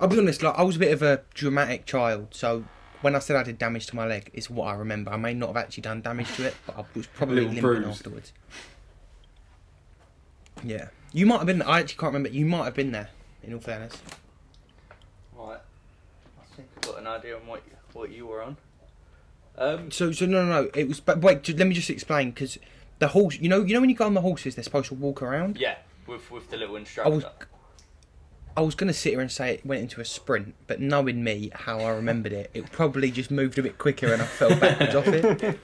[SPEAKER 2] I'll be honest. Like I was a bit of a dramatic child, so when I said I did damage to my leg, it's what I remember. I may not have actually done damage to it, but I was probably
[SPEAKER 3] Little
[SPEAKER 2] limping
[SPEAKER 3] bruised.
[SPEAKER 2] afterwards. Yeah, you might have been. I actually can't remember. You might have been there. In all fairness,
[SPEAKER 4] Right. I think I've got an idea on what what you were on. Um.
[SPEAKER 2] So, so no, no, no. It was. But wait, ju- let me just explain because the horse. You know, you know when you go on the horses, they're supposed to walk around.
[SPEAKER 4] Yeah. With with the little
[SPEAKER 2] I
[SPEAKER 4] instructor.
[SPEAKER 2] was, I was gonna sit here and say it went into a sprint, but knowing me, how I remembered it, it probably just moved a bit quicker and I fell backwards off it.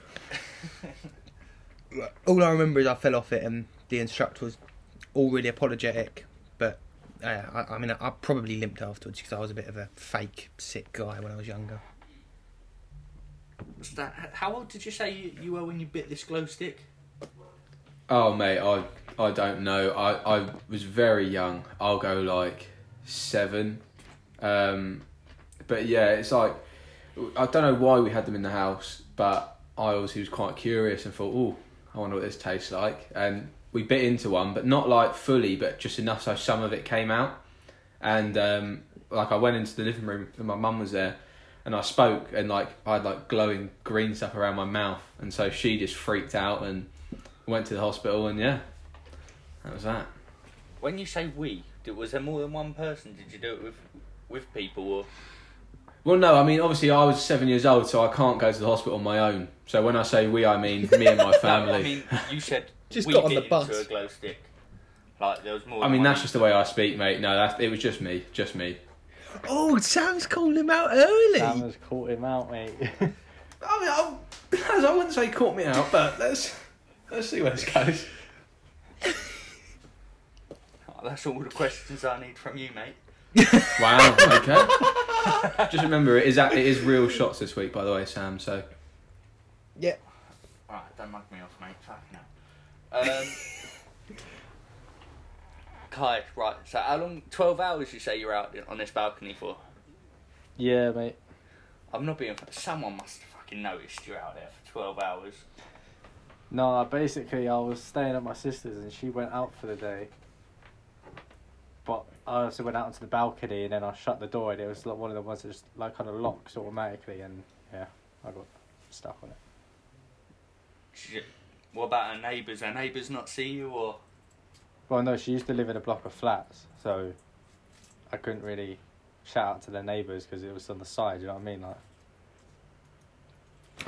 [SPEAKER 2] <laughs> All I remember is I fell off it and the instructor was all really apologetic, but. Uh, I, I mean, I, I probably limped afterwards because I was a bit of a fake sick guy when I was younger.
[SPEAKER 4] Was that, how old did you say you, you were when you bit this glow stick?
[SPEAKER 3] Oh mate, I I don't know. I I was very young. I'll go like seven. Um, but yeah, it's like I don't know why we had them in the house, but I obviously was quite curious and thought, oh, I wonder what this tastes like. And we bit into one, but not like fully, but just enough so some of it came out. And um, like I went into the living room and my mum was there, and I spoke and like I had like glowing green stuff around my mouth, and so she just freaked out and went to the hospital and yeah, that was that.
[SPEAKER 4] When you say we, did, was there more than one person? Did you do it with with people or?
[SPEAKER 3] Well, no, I mean obviously I was seven years old, so I can't go to the hospital on my own. So when I say we, I mean me and <laughs> my
[SPEAKER 4] No, I
[SPEAKER 3] family.
[SPEAKER 4] mean, you said
[SPEAKER 2] <laughs> Just
[SPEAKER 4] we
[SPEAKER 2] got on
[SPEAKER 4] bit
[SPEAKER 2] the bus.
[SPEAKER 4] into a glow stick. Like there was more.
[SPEAKER 3] I
[SPEAKER 4] than
[SPEAKER 3] mean
[SPEAKER 4] one
[SPEAKER 3] that's just the way I speak, mate. No, that it was just me, just me.
[SPEAKER 2] Oh, Sam's called him out early.
[SPEAKER 1] Sam has caught him out, mate. <laughs>
[SPEAKER 3] I mean, I, I <laughs> wouldn't say caught me out, but let's let's see where this goes.
[SPEAKER 4] Oh, That's all the questions I need from you, mate.
[SPEAKER 3] Wow. <laughs> Okay. just remember, it is act- it is real shots this week, by the way, Sam. So
[SPEAKER 4] Alright, don't mug me off, mate. Fuck no. Um, Kai, right, so how long? 12 hours you say you're out on this balcony for?
[SPEAKER 1] yeah, mate.
[SPEAKER 4] I'm not being. Someone must have fucking noticed you're out there for 12 hours.
[SPEAKER 1] No, basically, I was staying at my sister's and she went out for the day. But I also went out onto the balcony and then I shut the door and it was like one of the ones that just like kind of locks automatically and yeah, I got stuck on it.
[SPEAKER 4] Shit. What about our neighbours? Our neighbours not see you or.
[SPEAKER 1] Well, no, she used to live in a block of flats, so I couldn't really shout out to their neighbours because it was on the side. You know what I mean? Like,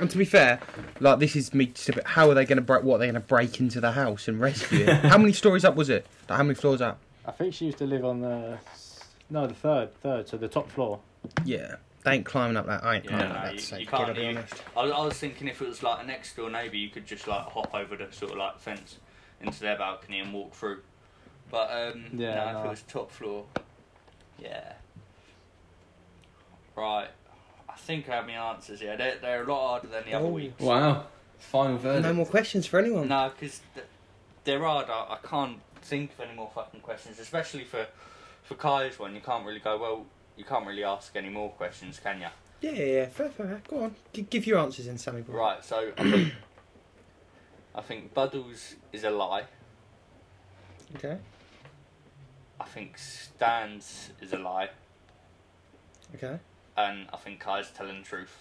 [SPEAKER 2] And to be fair, like this is me. just a bit- How are they going to break? What are they going to break into the house and rescue
[SPEAKER 4] <laughs>
[SPEAKER 2] it? how many stories up was it? Like, how many floors up?
[SPEAKER 1] I think she used to live on the s- no, the third, third, so the top floor.
[SPEAKER 2] Yeah, they ain't climbing up that. I ain't
[SPEAKER 4] Yeah,
[SPEAKER 2] climbing
[SPEAKER 4] no,
[SPEAKER 2] up that.
[SPEAKER 4] you-
[SPEAKER 2] so
[SPEAKER 4] you
[SPEAKER 2] could I
[SPEAKER 4] can't
[SPEAKER 2] be
[SPEAKER 4] do-
[SPEAKER 2] honest?
[SPEAKER 4] I was, I was thinking if it was like a next door neighbour, you could just like hop over the sort of like fence into their balcony and walk through. But um,
[SPEAKER 1] Yeah,
[SPEAKER 4] no, if
[SPEAKER 1] no.
[SPEAKER 4] it was top floor, yeah. Right, I think I have my answers here. They're, they're a lot harder than the other
[SPEAKER 2] Oh.
[SPEAKER 4] weeks.
[SPEAKER 3] wow, final verdict.
[SPEAKER 2] No more questions for anyone.
[SPEAKER 4] No, because th- they're hard. I, I can't think of any more fucking questions, especially for for Kai's one. You can't really go well. You can't really ask any more questions, can you?
[SPEAKER 2] Yeah, yeah, yeah. Fair, fair. Go on. G- give your answers in, Sammy. Boy.
[SPEAKER 4] Right, so I think, I think Buddles is a lie.
[SPEAKER 2] Okay.
[SPEAKER 4] I think Stans is a lie,
[SPEAKER 2] Okay.
[SPEAKER 4] and I think Kai's telling the truth.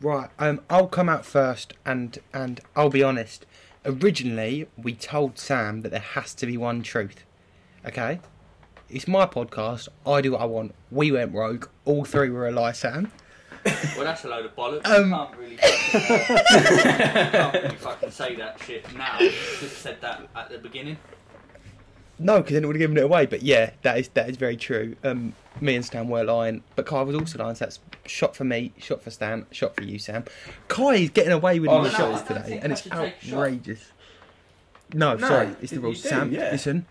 [SPEAKER 2] Right. Um, I'll come out first, and and I'll be honest. Originally, we told Sam that there has to be one truth, Okay, it's my podcast. I do what I want. We went rogue. All three were a Lysan.
[SPEAKER 4] Well, that's a load of bollocks.
[SPEAKER 2] Um.
[SPEAKER 4] you can't really <laughs> fucking, uh, can't really fucking say that shit now. You should have said that at the beginning.
[SPEAKER 2] No, because then it would have given it away. But yeah, that is that is very true. Um, me and Stan were lying, but Kai was also lying. So that's shot for me, shot for Stan, shot for you, Sam. Kai is getting away with
[SPEAKER 3] Oh,
[SPEAKER 2] his
[SPEAKER 3] no,
[SPEAKER 2] shots
[SPEAKER 3] I
[SPEAKER 4] don't
[SPEAKER 2] today,
[SPEAKER 4] think
[SPEAKER 2] and
[SPEAKER 4] I
[SPEAKER 2] it's
[SPEAKER 4] should take shots.
[SPEAKER 2] outrageous. No,
[SPEAKER 3] No,
[SPEAKER 2] sorry, it's the
[SPEAKER 3] you
[SPEAKER 2] rules.
[SPEAKER 3] do,
[SPEAKER 2] Sam,
[SPEAKER 3] yeah.
[SPEAKER 2] listen,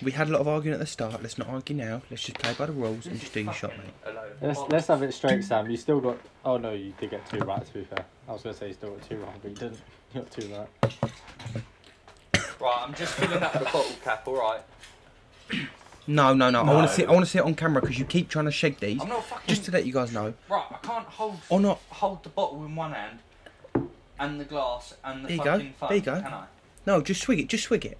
[SPEAKER 2] we had a lot of arguing at the start. Let's not argue now. Let's just play by the rules and just do your shot,
[SPEAKER 4] Fucking
[SPEAKER 2] mate.
[SPEAKER 4] a load of
[SPEAKER 1] Let's
[SPEAKER 4] bollocks.
[SPEAKER 1] let's have it straight, Sam. You still got. Oh no, you did get two right. To be fair, I was gonna say you still got two wrong, but you didn't. You got two right.
[SPEAKER 4] Right, I'm just filling up the bottle cap. All right.
[SPEAKER 2] No, no, no. I want
[SPEAKER 3] No.
[SPEAKER 2] to see. I want to see it on camera because you keep trying to shake these.
[SPEAKER 4] I'm not fucking.
[SPEAKER 2] Just to let you guys know,
[SPEAKER 4] Right, I can't hold
[SPEAKER 2] or not.
[SPEAKER 4] hold the bottle in one hand and the glass and the
[SPEAKER 2] There you go,
[SPEAKER 4] fucking phone.
[SPEAKER 2] there you go.
[SPEAKER 4] Can I?
[SPEAKER 2] No, just swig it. Just swig it.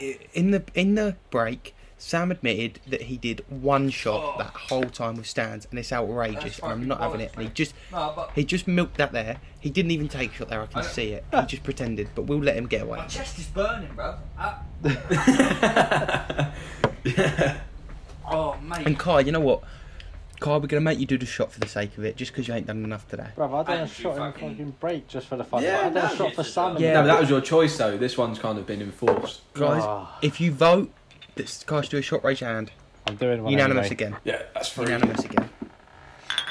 [SPEAKER 2] I- In the in the break, Sam admitted that he did one shot
[SPEAKER 4] Oh.
[SPEAKER 2] that whole time with stands, and it's outrageous.
[SPEAKER 4] That's
[SPEAKER 2] And I'm
[SPEAKER 4] fucking
[SPEAKER 2] not having it.
[SPEAKER 4] bollocks,
[SPEAKER 2] And he
[SPEAKER 4] mate.
[SPEAKER 2] just
[SPEAKER 4] No, but
[SPEAKER 2] he just milked that there. He didn't even take a shot there. I can
[SPEAKER 4] I don't-
[SPEAKER 2] see
[SPEAKER 4] <laughs>
[SPEAKER 2] it. He just pretended. But we'll let him get away.
[SPEAKER 4] my chest is burning, bro. Ah, <laughs>
[SPEAKER 3] yeah.
[SPEAKER 4] oh mate.
[SPEAKER 2] And Kai, you know what? Kai, we're gonna make you do the shot for the sake of it, just because you ain't done enough today.
[SPEAKER 1] Bruv, I done a
[SPEAKER 4] And you
[SPEAKER 1] shot in the
[SPEAKER 4] fucking-
[SPEAKER 1] fucking break just for the fun. of it.
[SPEAKER 3] Yeah,
[SPEAKER 1] I done
[SPEAKER 3] no,
[SPEAKER 1] a shot
[SPEAKER 4] you
[SPEAKER 1] for
[SPEAKER 4] should
[SPEAKER 1] Sam.
[SPEAKER 4] do.
[SPEAKER 2] Yeah.
[SPEAKER 3] No, but that was your choice though. This one's kind of been enforced.
[SPEAKER 2] Guys,
[SPEAKER 1] Ah.
[SPEAKER 2] if you vote, this guys do a shot. Raise your hand.
[SPEAKER 1] I'm doing one.
[SPEAKER 2] Unanimous
[SPEAKER 1] anyway.
[SPEAKER 2] again.
[SPEAKER 3] Yeah, that's free.
[SPEAKER 2] Unanimous again.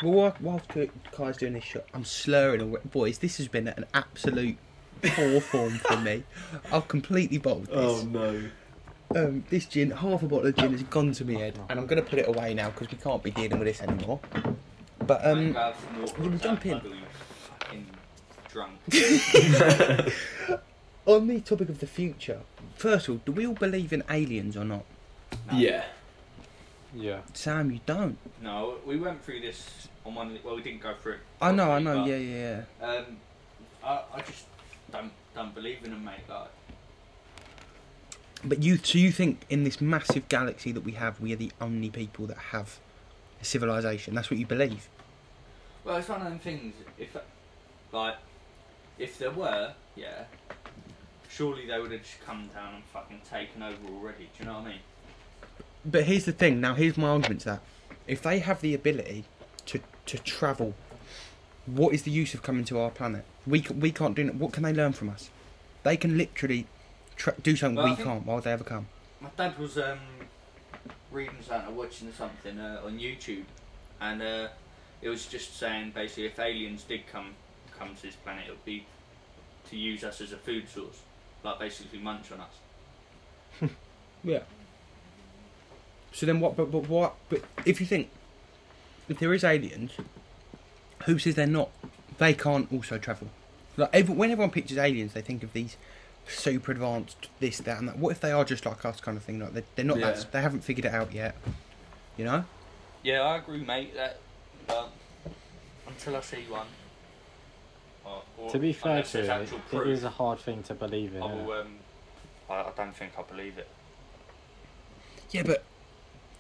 [SPEAKER 2] Well, while, while K- Kai's doing this shot, I'm slurring already. Boys, this has been an absolute poor form for me. I've completely bottled this.
[SPEAKER 3] no.
[SPEAKER 2] Um, this gin, half a bottle of gin has gone to my head, and I'm going to put it away now because we can't be dealing with this anymore. But um,
[SPEAKER 4] Grab some water,
[SPEAKER 2] you
[SPEAKER 4] grab
[SPEAKER 2] jump in.
[SPEAKER 4] that bottle, you Fucking
[SPEAKER 2] <laughs>
[SPEAKER 4] drunk.
[SPEAKER 2] on the topic of the future, first of all, do we all believe in aliens or not?
[SPEAKER 4] No.
[SPEAKER 3] Yeah.
[SPEAKER 1] Yeah.
[SPEAKER 2] Sam, you don't.
[SPEAKER 4] No, we went through this on one. Well, we didn't go through. it
[SPEAKER 2] I know, I
[SPEAKER 4] properly,
[SPEAKER 2] know,
[SPEAKER 4] but,
[SPEAKER 2] yeah, yeah, yeah.
[SPEAKER 4] Um, I, I just don't don't believe in them, mate. Like,
[SPEAKER 2] But you, so you think in this massive galaxy that we have, we are the only people that have a civilization? That's what you believe?
[SPEAKER 4] well, it's one of them things. If like, if there were, yeah, surely they would have just come down and fucking taken over already. Do you know what I mean?
[SPEAKER 2] But here's the thing. Now, here's my argument to that. If they have the ability to to travel, what is the use of coming to our planet? We c- we can't do. n- What can they learn from us? They can literally tra- do something
[SPEAKER 4] Well, I
[SPEAKER 2] we
[SPEAKER 4] think-
[SPEAKER 2] can't. Why would they ever come?
[SPEAKER 4] My dad was um, reading something or watching something uh, on YouTube, and uh, it was just saying basically if aliens did come come to this planet, it would be to use us as a food source, like basically munch on us.
[SPEAKER 2] Yeah. So then, what? But but what? But if you think, if there is aliens, who says they're not? They can't also travel. Like every, when everyone pictures aliens, they think of these super advanced this that and that. What if they are just like us kind of thing? Like they they're not.
[SPEAKER 3] Yeah.
[SPEAKER 2] That, they haven't figured it out yet. You know.
[SPEAKER 4] Yeah, I agree, mate. That, but until I see one, or, or
[SPEAKER 1] To be fair
[SPEAKER 4] unless
[SPEAKER 1] to
[SPEAKER 4] there's
[SPEAKER 1] you,
[SPEAKER 4] actual
[SPEAKER 1] it- it
[SPEAKER 4] proof,
[SPEAKER 1] is a hard thing to believe in.
[SPEAKER 4] I
[SPEAKER 1] innit?
[SPEAKER 4] will. Um, I, I don't think I believe it.
[SPEAKER 2] Yeah, but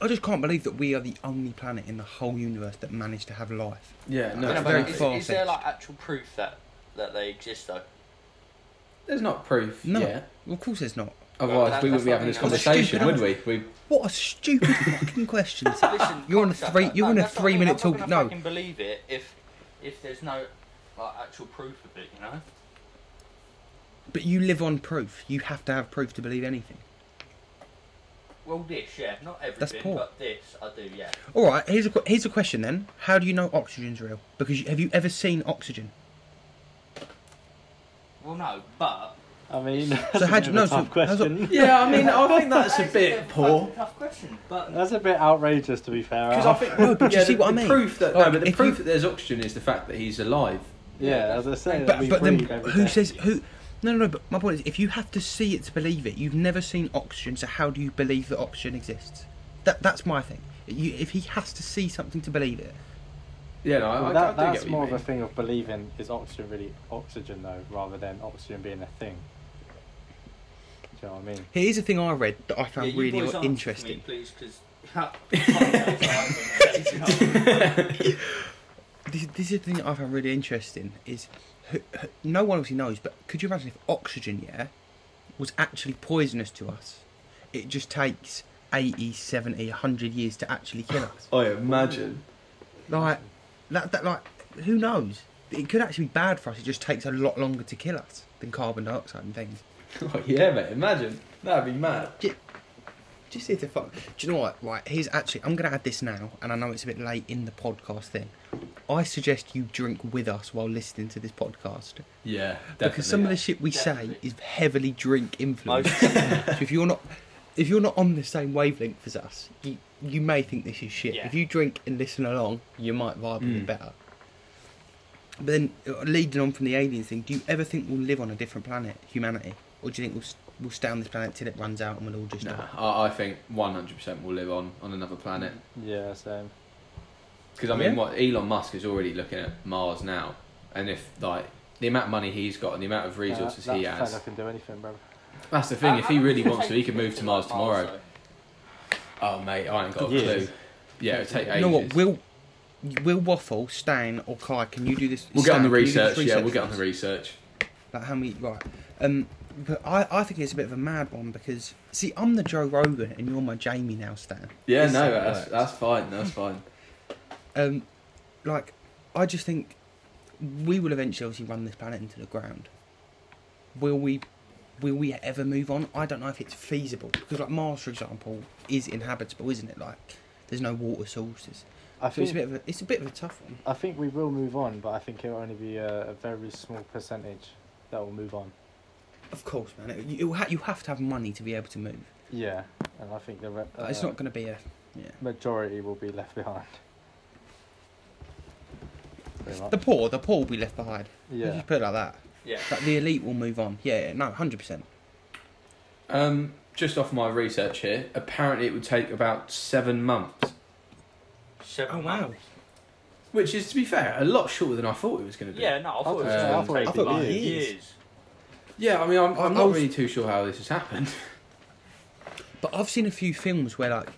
[SPEAKER 2] I just can't believe that we are the only planet in the whole universe that managed to have life.
[SPEAKER 4] I
[SPEAKER 3] Yeah, no.
[SPEAKER 4] don't know,
[SPEAKER 2] it's
[SPEAKER 4] but
[SPEAKER 2] very
[SPEAKER 4] is-
[SPEAKER 2] far
[SPEAKER 4] Is there
[SPEAKER 2] fetched.
[SPEAKER 4] like actual proof that that they exist though?
[SPEAKER 3] There's not proof.
[SPEAKER 2] No.
[SPEAKER 3] Yeah.
[SPEAKER 2] Well, of course, there's not.
[SPEAKER 3] Otherwise,
[SPEAKER 4] that-
[SPEAKER 3] we
[SPEAKER 4] that's
[SPEAKER 3] wouldn't be
[SPEAKER 4] not
[SPEAKER 3] having this
[SPEAKER 4] really-
[SPEAKER 2] That's
[SPEAKER 3] conversation, would
[SPEAKER 2] stupid.
[SPEAKER 3] we? We
[SPEAKER 2] What a stupid <laughs> fucking question. Sam.
[SPEAKER 4] Listen,
[SPEAKER 2] You're on a
[SPEAKER 4] fuck
[SPEAKER 2] three-
[SPEAKER 4] that.
[SPEAKER 2] you're
[SPEAKER 4] No,
[SPEAKER 2] on a
[SPEAKER 4] that's what I
[SPEAKER 2] three
[SPEAKER 4] mean.
[SPEAKER 2] minute
[SPEAKER 4] I'm
[SPEAKER 2] talk-
[SPEAKER 4] not
[SPEAKER 2] no.
[SPEAKER 4] I can believe it if if there's no like actual proof of it, you know.
[SPEAKER 2] But you live on proof. You have to have proof to believe anything.
[SPEAKER 4] Well, this, yeah, not everything,
[SPEAKER 2] poor.
[SPEAKER 4] but this I do, yeah.
[SPEAKER 2] All right, here's a qu- here's a question then. How do you know oxygen's real? Because you, have you ever seen oxygen?
[SPEAKER 4] Well, no, but
[SPEAKER 1] I mean, that's
[SPEAKER 2] So how
[SPEAKER 1] a bit
[SPEAKER 2] do you
[SPEAKER 1] of
[SPEAKER 2] know?
[SPEAKER 1] a tough
[SPEAKER 2] So- how's <laughs>
[SPEAKER 1] question.
[SPEAKER 3] Yeah, I mean, I think that's
[SPEAKER 4] <laughs>
[SPEAKER 3] a
[SPEAKER 4] That is
[SPEAKER 3] bit
[SPEAKER 4] fucking
[SPEAKER 3] poor.
[SPEAKER 4] Tough question, but
[SPEAKER 1] That's a bit outrageous, to be fair.
[SPEAKER 3] Because
[SPEAKER 1] Al.
[SPEAKER 3] I think
[SPEAKER 2] No, but you
[SPEAKER 3] yeah,
[SPEAKER 2] see
[SPEAKER 3] the,
[SPEAKER 2] what I
[SPEAKER 3] the
[SPEAKER 2] mean?
[SPEAKER 3] Proof that,
[SPEAKER 2] Like,
[SPEAKER 3] no, but the
[SPEAKER 2] if
[SPEAKER 3] proof
[SPEAKER 2] you-
[SPEAKER 3] that there's oxygen is the fact that he's alive.
[SPEAKER 1] yeah, as I say, that
[SPEAKER 2] But
[SPEAKER 1] we
[SPEAKER 2] but then
[SPEAKER 1] breathe every
[SPEAKER 2] who
[SPEAKER 1] day.
[SPEAKER 2] says who? No, no, no. But my point is, if you have to see it to believe it, you've never seen oxygen. So how do you believe that oxygen exists? That that's my thing. You, if he has to see something to believe it,
[SPEAKER 3] Yeah, no, I, I,
[SPEAKER 1] Well,
[SPEAKER 3] I
[SPEAKER 1] that,
[SPEAKER 3] do
[SPEAKER 1] that's
[SPEAKER 3] get what
[SPEAKER 1] more of
[SPEAKER 3] you
[SPEAKER 1] a
[SPEAKER 3] mean.
[SPEAKER 1] thing of believing is oxygen really oxygen though, rather than oxygen being a thing. Do you know what I mean?
[SPEAKER 2] here's a thing I read that I
[SPEAKER 4] yeah,
[SPEAKER 2] found
[SPEAKER 4] you boys
[SPEAKER 2] really
[SPEAKER 4] answer for
[SPEAKER 2] interesting.
[SPEAKER 4] Me, please, <laughs>
[SPEAKER 3] <laughs>
[SPEAKER 4] because.
[SPEAKER 2] this, this is the thing that I found really interesting is h- h- no one obviously knows, but could you imagine if oxygen, yeah, was actually poisonous to us? it just takes 80, 70, 100 years to actually kill <sighs> us.
[SPEAKER 3] I <laughs> imagine.
[SPEAKER 2] Like, that, that, like, who knows? It could actually be bad for us. It just takes a lot longer to kill us than carbon dioxide and things.
[SPEAKER 3] oh, yeah, mate. Imagine. That'd be mad.
[SPEAKER 2] Just here to fuck. Do you know what? Right, here's actually. I'm going to add this now, and I know it's a bit late in the podcast thing. I suggest you drink with us while listening to this podcast
[SPEAKER 3] Yeah, definitely.
[SPEAKER 2] because some of the shit we say
[SPEAKER 4] Definitely.
[SPEAKER 2] is heavily drink
[SPEAKER 1] <laughs>
[SPEAKER 4] Most
[SPEAKER 2] influenced. so if you're not, if you're not on the same wavelength as us, you you may think this is shit.
[SPEAKER 1] Yeah.
[SPEAKER 2] If you drink and listen along, you might vibe with
[SPEAKER 3] Mm.
[SPEAKER 2] it better. But then, uh, leading on from the aliens thing, do you ever think we'll live on a different planet, humanity, or do you think we'll s- we'll stay on this planet till it runs out and we'll all just
[SPEAKER 3] Nah,
[SPEAKER 2] die?
[SPEAKER 3] I, I think 100% will live on on another planet.
[SPEAKER 1] Yeah, same.
[SPEAKER 3] Because I mean,
[SPEAKER 2] Yeah.
[SPEAKER 3] what Elon Musk is already looking at Mars now, and if like the amount of money he's got and the amount of resources
[SPEAKER 1] Nah,
[SPEAKER 3] he
[SPEAKER 1] that
[SPEAKER 3] has,
[SPEAKER 1] fella can do anything, bro.
[SPEAKER 3] that's the thing.
[SPEAKER 4] How-
[SPEAKER 3] if
[SPEAKER 4] how
[SPEAKER 3] he
[SPEAKER 4] long
[SPEAKER 3] really
[SPEAKER 4] <laughs> does it
[SPEAKER 3] wants to, he
[SPEAKER 4] take
[SPEAKER 3] can
[SPEAKER 4] to
[SPEAKER 3] move
[SPEAKER 4] get
[SPEAKER 3] to Mars tomorrow.
[SPEAKER 4] though?
[SPEAKER 3] Oh mate, I ain't got a
[SPEAKER 1] Years.
[SPEAKER 3] clue. Yeah, it'll take ages.
[SPEAKER 2] You know what? Will Will Waffle, Stan, or Kai? Can you do this?
[SPEAKER 3] we'll get on the
[SPEAKER 2] Stan, can you do this
[SPEAKER 3] research. Yeah, we'll get on
[SPEAKER 2] for
[SPEAKER 3] the
[SPEAKER 2] us?
[SPEAKER 3] research.
[SPEAKER 2] Like how many? Right. Um, but I, I think it's a bit of a mad one because see, I'm the Joe Rogan and you're my Jamie now, Stan.
[SPEAKER 3] Yeah,
[SPEAKER 2] This is how
[SPEAKER 3] no,
[SPEAKER 2] it
[SPEAKER 3] that's
[SPEAKER 2] works.
[SPEAKER 3] that's fine. That's fine.
[SPEAKER 2] Um, like I just think we will eventually obviously run this planet into the ground. Will we? Will we ever move on? I don't know if it's feasible because like Mars, for example, is inhabitable, isn't it? Like there's no water sources.
[SPEAKER 1] I
[SPEAKER 2] So it's
[SPEAKER 1] think
[SPEAKER 2] a bit of a it's a bit of a tough one.
[SPEAKER 1] I think we will move on, but I think it'll only be a, a very small percentage that will move on.
[SPEAKER 2] Of course, man. It, you, ha- you have to have money to be able to move.
[SPEAKER 1] Yeah, and I think the re-
[SPEAKER 2] Like, it's
[SPEAKER 1] uh,
[SPEAKER 2] not going to be a. Yeah.
[SPEAKER 1] majority will be left behind. Pretty much.
[SPEAKER 2] The poor, the poor will be left behind.
[SPEAKER 1] uh,
[SPEAKER 2] Let's
[SPEAKER 1] Yeah.
[SPEAKER 2] Just put it like that.
[SPEAKER 4] Yeah.
[SPEAKER 2] Like the elite will move on. Yeah, yeah, no, hundred percent.
[SPEAKER 3] Um, just off my research here, apparently it would take about seven months,
[SPEAKER 4] Seven
[SPEAKER 2] Oh wow.
[SPEAKER 4] months.
[SPEAKER 3] which is to be fair a lot shorter than I thought it was going to be.
[SPEAKER 4] Yeah, no, I thought it was
[SPEAKER 3] Um,
[SPEAKER 4] gonna
[SPEAKER 3] I
[SPEAKER 1] thought
[SPEAKER 4] take
[SPEAKER 2] it'd be
[SPEAKER 4] like
[SPEAKER 2] years.
[SPEAKER 4] years.
[SPEAKER 3] Yeah, I mean, I'm, I'm
[SPEAKER 2] I'm
[SPEAKER 3] not
[SPEAKER 2] also-
[SPEAKER 3] really too sure how this has happened. <laughs>
[SPEAKER 2] But I've seen a few films where like,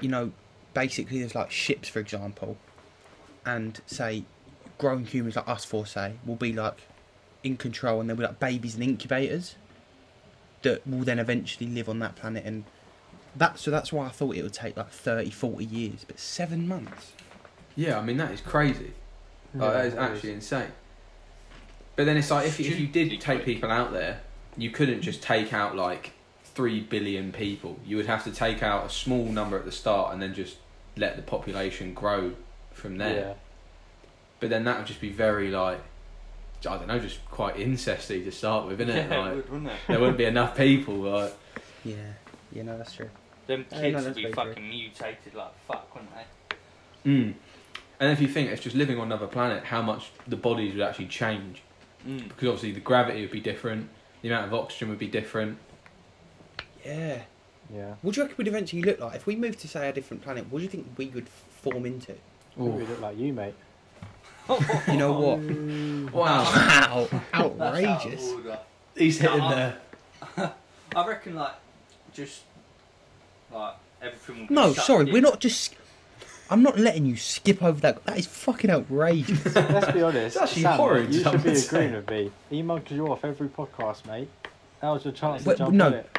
[SPEAKER 2] you know, basically there's like ships, for example, and say, grown humans like us four say will be like, in control, and they'll be like babies and incubators, that will then eventually live on that planet and. That, so that's why I thought it would take like 30, 40 years, but seven months.
[SPEAKER 3] Yeah, I mean that is crazy. Like, Oh, that is actually insane. But then it's like if, you- if you did
[SPEAKER 4] Stupidly
[SPEAKER 3] take
[SPEAKER 4] quick.
[SPEAKER 3] people out there, you couldn't just take out like three billion people. You would have to take out a small number at the start and then just let the population grow from there. But then that would just be very like I don't know, just quite incesty to start with,
[SPEAKER 4] <laughs>
[SPEAKER 3] innit?
[SPEAKER 4] Yeah, it
[SPEAKER 3] Like
[SPEAKER 4] would, wouldn't it?
[SPEAKER 3] there wouldn't be enough people. Like
[SPEAKER 2] Yeah, yeah, no, that's true.
[SPEAKER 4] Them
[SPEAKER 2] Yeah, no,
[SPEAKER 4] kids
[SPEAKER 2] that's
[SPEAKER 4] would be
[SPEAKER 2] very true.
[SPEAKER 4] fucking mutated like fuck, wouldn't they?
[SPEAKER 3] mm. And if you think it's just living on another planet, how much the bodies would actually change.
[SPEAKER 4] Mm.
[SPEAKER 3] because obviously the gravity would be different, the amount of oxygen would be different.
[SPEAKER 2] Yeah.
[SPEAKER 1] Yeah.
[SPEAKER 2] What do you reckon we'd eventually look like if we moved to say a different planet? What do you think we would form into?
[SPEAKER 1] We look like you, mate.
[SPEAKER 2] You know what? Wow,
[SPEAKER 3] Wow,
[SPEAKER 4] <laughs> That's out of
[SPEAKER 2] outrageous!
[SPEAKER 4] order.
[SPEAKER 3] he's hitting
[SPEAKER 4] No, I-
[SPEAKER 3] there.
[SPEAKER 4] I reckon like just like everything will be
[SPEAKER 2] No,
[SPEAKER 4] shut
[SPEAKER 2] sorry,
[SPEAKER 4] in.
[SPEAKER 2] we're not just. I'm not letting you skip over that. That is fucking outrageous.
[SPEAKER 1] Let's be honest.
[SPEAKER 3] It's actually
[SPEAKER 1] Sam,
[SPEAKER 3] horrid,
[SPEAKER 1] You
[SPEAKER 3] I'm
[SPEAKER 1] should be
[SPEAKER 3] saying.
[SPEAKER 1] agreeing with me. He mugged you off every podcast, mate. That was your chance
[SPEAKER 2] But
[SPEAKER 1] to jump
[SPEAKER 2] no.
[SPEAKER 1] on it.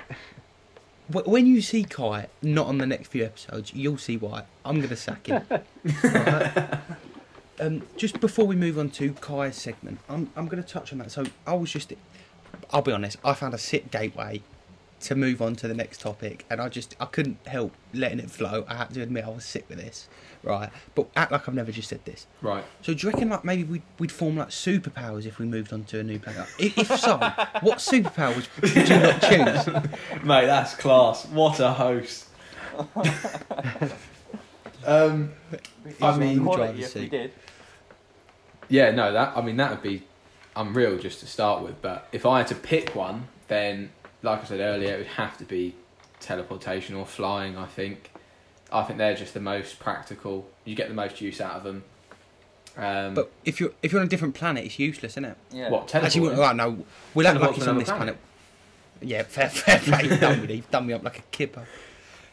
[SPEAKER 2] Wh- when you see Kai not on the next few episodes, you'll see why. I'm gonna sack him. Right? um, just before we move on to Kai's segment, I'm I'm gonna touch on that. So I was just, I'll be honest, I found a sick gateway to move on to the next topic, and I just I couldn't help letting it flow. I had to admit I was sick with this, right? But act like I've never just said this.
[SPEAKER 3] Right.
[SPEAKER 2] So do you reckon like maybe we'd, we'd form like superpowers if we moved on to a new planet? I- If
[SPEAKER 3] <laughs>
[SPEAKER 2] so, what superpowers would you not choose?
[SPEAKER 3] Mate, that's class. What
[SPEAKER 2] <laughs>
[SPEAKER 3] a host. um, I mean-
[SPEAKER 4] quality
[SPEAKER 2] driver's
[SPEAKER 4] if we
[SPEAKER 2] seat.
[SPEAKER 4] did.
[SPEAKER 3] yeah, no, that I mean that would be unreal just to start with. But if I had to pick one, then like I said earlier, it would have to be teleportation or flying. I think. I think they're just the most practical. You get the most use out of them. Um,
[SPEAKER 2] But if you're if you're on a different planet, it's useless, isn't it?
[SPEAKER 4] Yeah.
[SPEAKER 3] what
[SPEAKER 2] Actually,
[SPEAKER 3] teleporting?
[SPEAKER 2] well, right, no, we'll act
[SPEAKER 3] Teleport
[SPEAKER 2] like it's on
[SPEAKER 3] to another
[SPEAKER 2] this
[SPEAKER 3] planet.
[SPEAKER 2] planet. Yeah, fair, fair play. <laughs> done me, you've done me up like a kipper.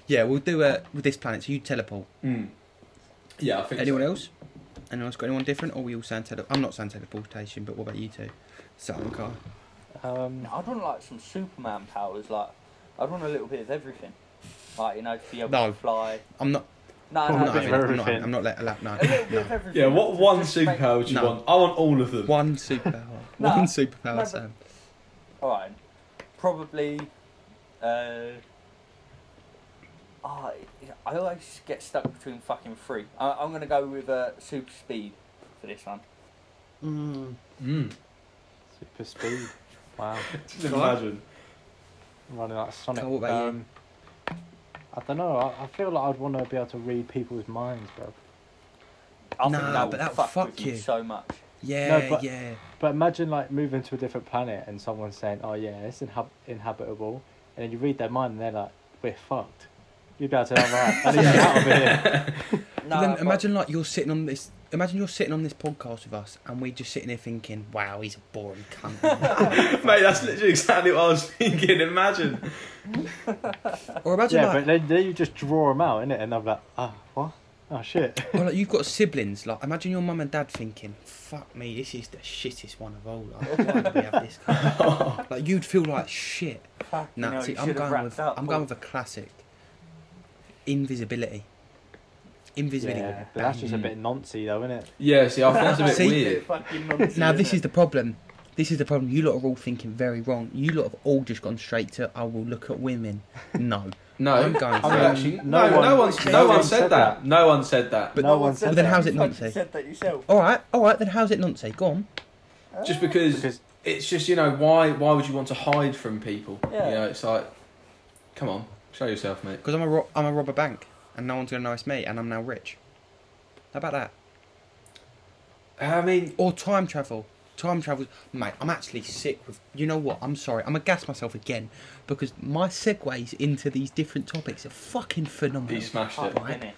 [SPEAKER 2] Yeah, we'll do it with this planet. So you teleport.
[SPEAKER 3] Mm. Yeah, I think. so.
[SPEAKER 2] Anyone else? Anyone else got anyone different? Or we all sound tele- I'm not saying teleportation, but what about you two? Sam and Kai.
[SPEAKER 1] Um,
[SPEAKER 4] I'd want like some Superman powers. Like I'd want a little bit of everything. like you know, to be able
[SPEAKER 2] No.
[SPEAKER 4] to fly.
[SPEAKER 2] I'm not.
[SPEAKER 4] No,
[SPEAKER 1] Oh,
[SPEAKER 2] I'm
[SPEAKER 4] no,
[SPEAKER 2] not
[SPEAKER 1] bit
[SPEAKER 4] but-
[SPEAKER 2] having
[SPEAKER 1] of
[SPEAKER 2] it. I'm not.
[SPEAKER 1] everything.
[SPEAKER 2] I'm not let allowed. No.
[SPEAKER 4] a little
[SPEAKER 2] <laughs>
[SPEAKER 4] bit
[SPEAKER 2] no.
[SPEAKER 4] of everything.
[SPEAKER 3] Yeah, what one
[SPEAKER 4] Just make-
[SPEAKER 3] superpower would you
[SPEAKER 2] No. <laughs>
[SPEAKER 3] want? I want all of them.
[SPEAKER 2] One superpower.
[SPEAKER 4] No,
[SPEAKER 2] One
[SPEAKER 4] no,
[SPEAKER 2] superpower,
[SPEAKER 4] but-
[SPEAKER 2] Sam.
[SPEAKER 4] All right, probably. Uh, oh, I always get stuck between fucking three. I, I'm gonna go with uh, super speed for this one.
[SPEAKER 3] Mm.
[SPEAKER 1] Super speed. Wow.
[SPEAKER 3] Just imagine.
[SPEAKER 1] I'm running like Sonic.
[SPEAKER 2] Carl, what about you?
[SPEAKER 1] um, I don't know. I, I feel like I'd want to be able to read people's minds, bro.
[SPEAKER 2] Nah,
[SPEAKER 4] I think that
[SPEAKER 2] but
[SPEAKER 4] would
[SPEAKER 2] that'll
[SPEAKER 4] fuck,
[SPEAKER 2] fuck
[SPEAKER 4] with you.
[SPEAKER 2] you.
[SPEAKER 4] so much.
[SPEAKER 2] Yeah,
[SPEAKER 1] No, but-
[SPEAKER 2] yeah.
[SPEAKER 1] But imagine like moving to a different planet and someone saying, "Oh yeah, it's inhab- inhabitable," and then you read their mind and they're like, "We're fucked." You'd be able to like, right, I need to get out of
[SPEAKER 2] <laughs>
[SPEAKER 1] here.
[SPEAKER 4] No,
[SPEAKER 2] then
[SPEAKER 4] but-
[SPEAKER 2] imagine like you're sitting on this. Imagine you're sitting on this podcast with us, and we're just sitting here thinking, "Wow, he's a boring
[SPEAKER 4] <laughs>
[SPEAKER 2] cunt."
[SPEAKER 3] Mate, that's literally exactly what I was thinking. Imagine.
[SPEAKER 2] or imagine
[SPEAKER 1] Yeah,
[SPEAKER 2] like,
[SPEAKER 1] but then, then you just draw them out, innit? And I'm like, "Ah, what? Oh shit."
[SPEAKER 2] or, like, you've got siblings. Like, imagine your mum and dad thinking, "Fuck me, this is the shittest one of all." Like, why do we have this?
[SPEAKER 4] <laughs>
[SPEAKER 2] like, you'd feel like shit.
[SPEAKER 4] Fuck, you
[SPEAKER 2] Nah,
[SPEAKER 4] know,
[SPEAKER 2] see,
[SPEAKER 4] you
[SPEAKER 2] I'm
[SPEAKER 4] should've
[SPEAKER 2] going
[SPEAKER 4] wrapped
[SPEAKER 2] with
[SPEAKER 4] up,
[SPEAKER 2] I'm going with a classic. Invisibility. Invisibility.
[SPEAKER 1] yeah, but that's just a
[SPEAKER 3] Mm.
[SPEAKER 1] bit noncy though, inn't it?
[SPEAKER 3] Yeah, see, I think that's a bit
[SPEAKER 2] See?
[SPEAKER 3] weird.
[SPEAKER 4] Fucking nonsense,
[SPEAKER 2] now this
[SPEAKER 4] isn't
[SPEAKER 2] is
[SPEAKER 4] it?
[SPEAKER 2] the problem. This is the problem. You lot are all thinking very wrong. You lot have all just gone straight to I will look at women. <laughs> No.
[SPEAKER 3] No,
[SPEAKER 2] I'm going for
[SPEAKER 3] no,
[SPEAKER 1] it.
[SPEAKER 3] actually,
[SPEAKER 1] No
[SPEAKER 3] no,
[SPEAKER 1] one-
[SPEAKER 3] no one's,
[SPEAKER 1] no
[SPEAKER 3] no one
[SPEAKER 1] one
[SPEAKER 3] said
[SPEAKER 1] said
[SPEAKER 3] that.
[SPEAKER 1] that.
[SPEAKER 3] No one said that.
[SPEAKER 2] But
[SPEAKER 1] no one
[SPEAKER 4] said
[SPEAKER 1] said
[SPEAKER 2] then
[SPEAKER 4] that.
[SPEAKER 2] how's it
[SPEAKER 4] You fucking
[SPEAKER 2] nonsense?
[SPEAKER 4] said that yourself.
[SPEAKER 2] Alright, alright, then how's it nonsense? Go on.
[SPEAKER 3] Just because
[SPEAKER 1] Because
[SPEAKER 3] it's just you know why why would you want to hide from people?
[SPEAKER 4] Yeah.
[SPEAKER 3] You know, it's like, come on, show yourself, mate.
[SPEAKER 2] Because I'm a ro- I'm a robber bank and no one's gonna know it's me and I'm now rich. How about that?
[SPEAKER 3] I mean,
[SPEAKER 2] Or time travel. Time travel, mate. I'm actually sick with. You know what? I'm sorry. I'm gonna gas myself again because my segues into these different topics are fucking phenomenal.
[SPEAKER 3] he smashed it.
[SPEAKER 4] Fuck, innit?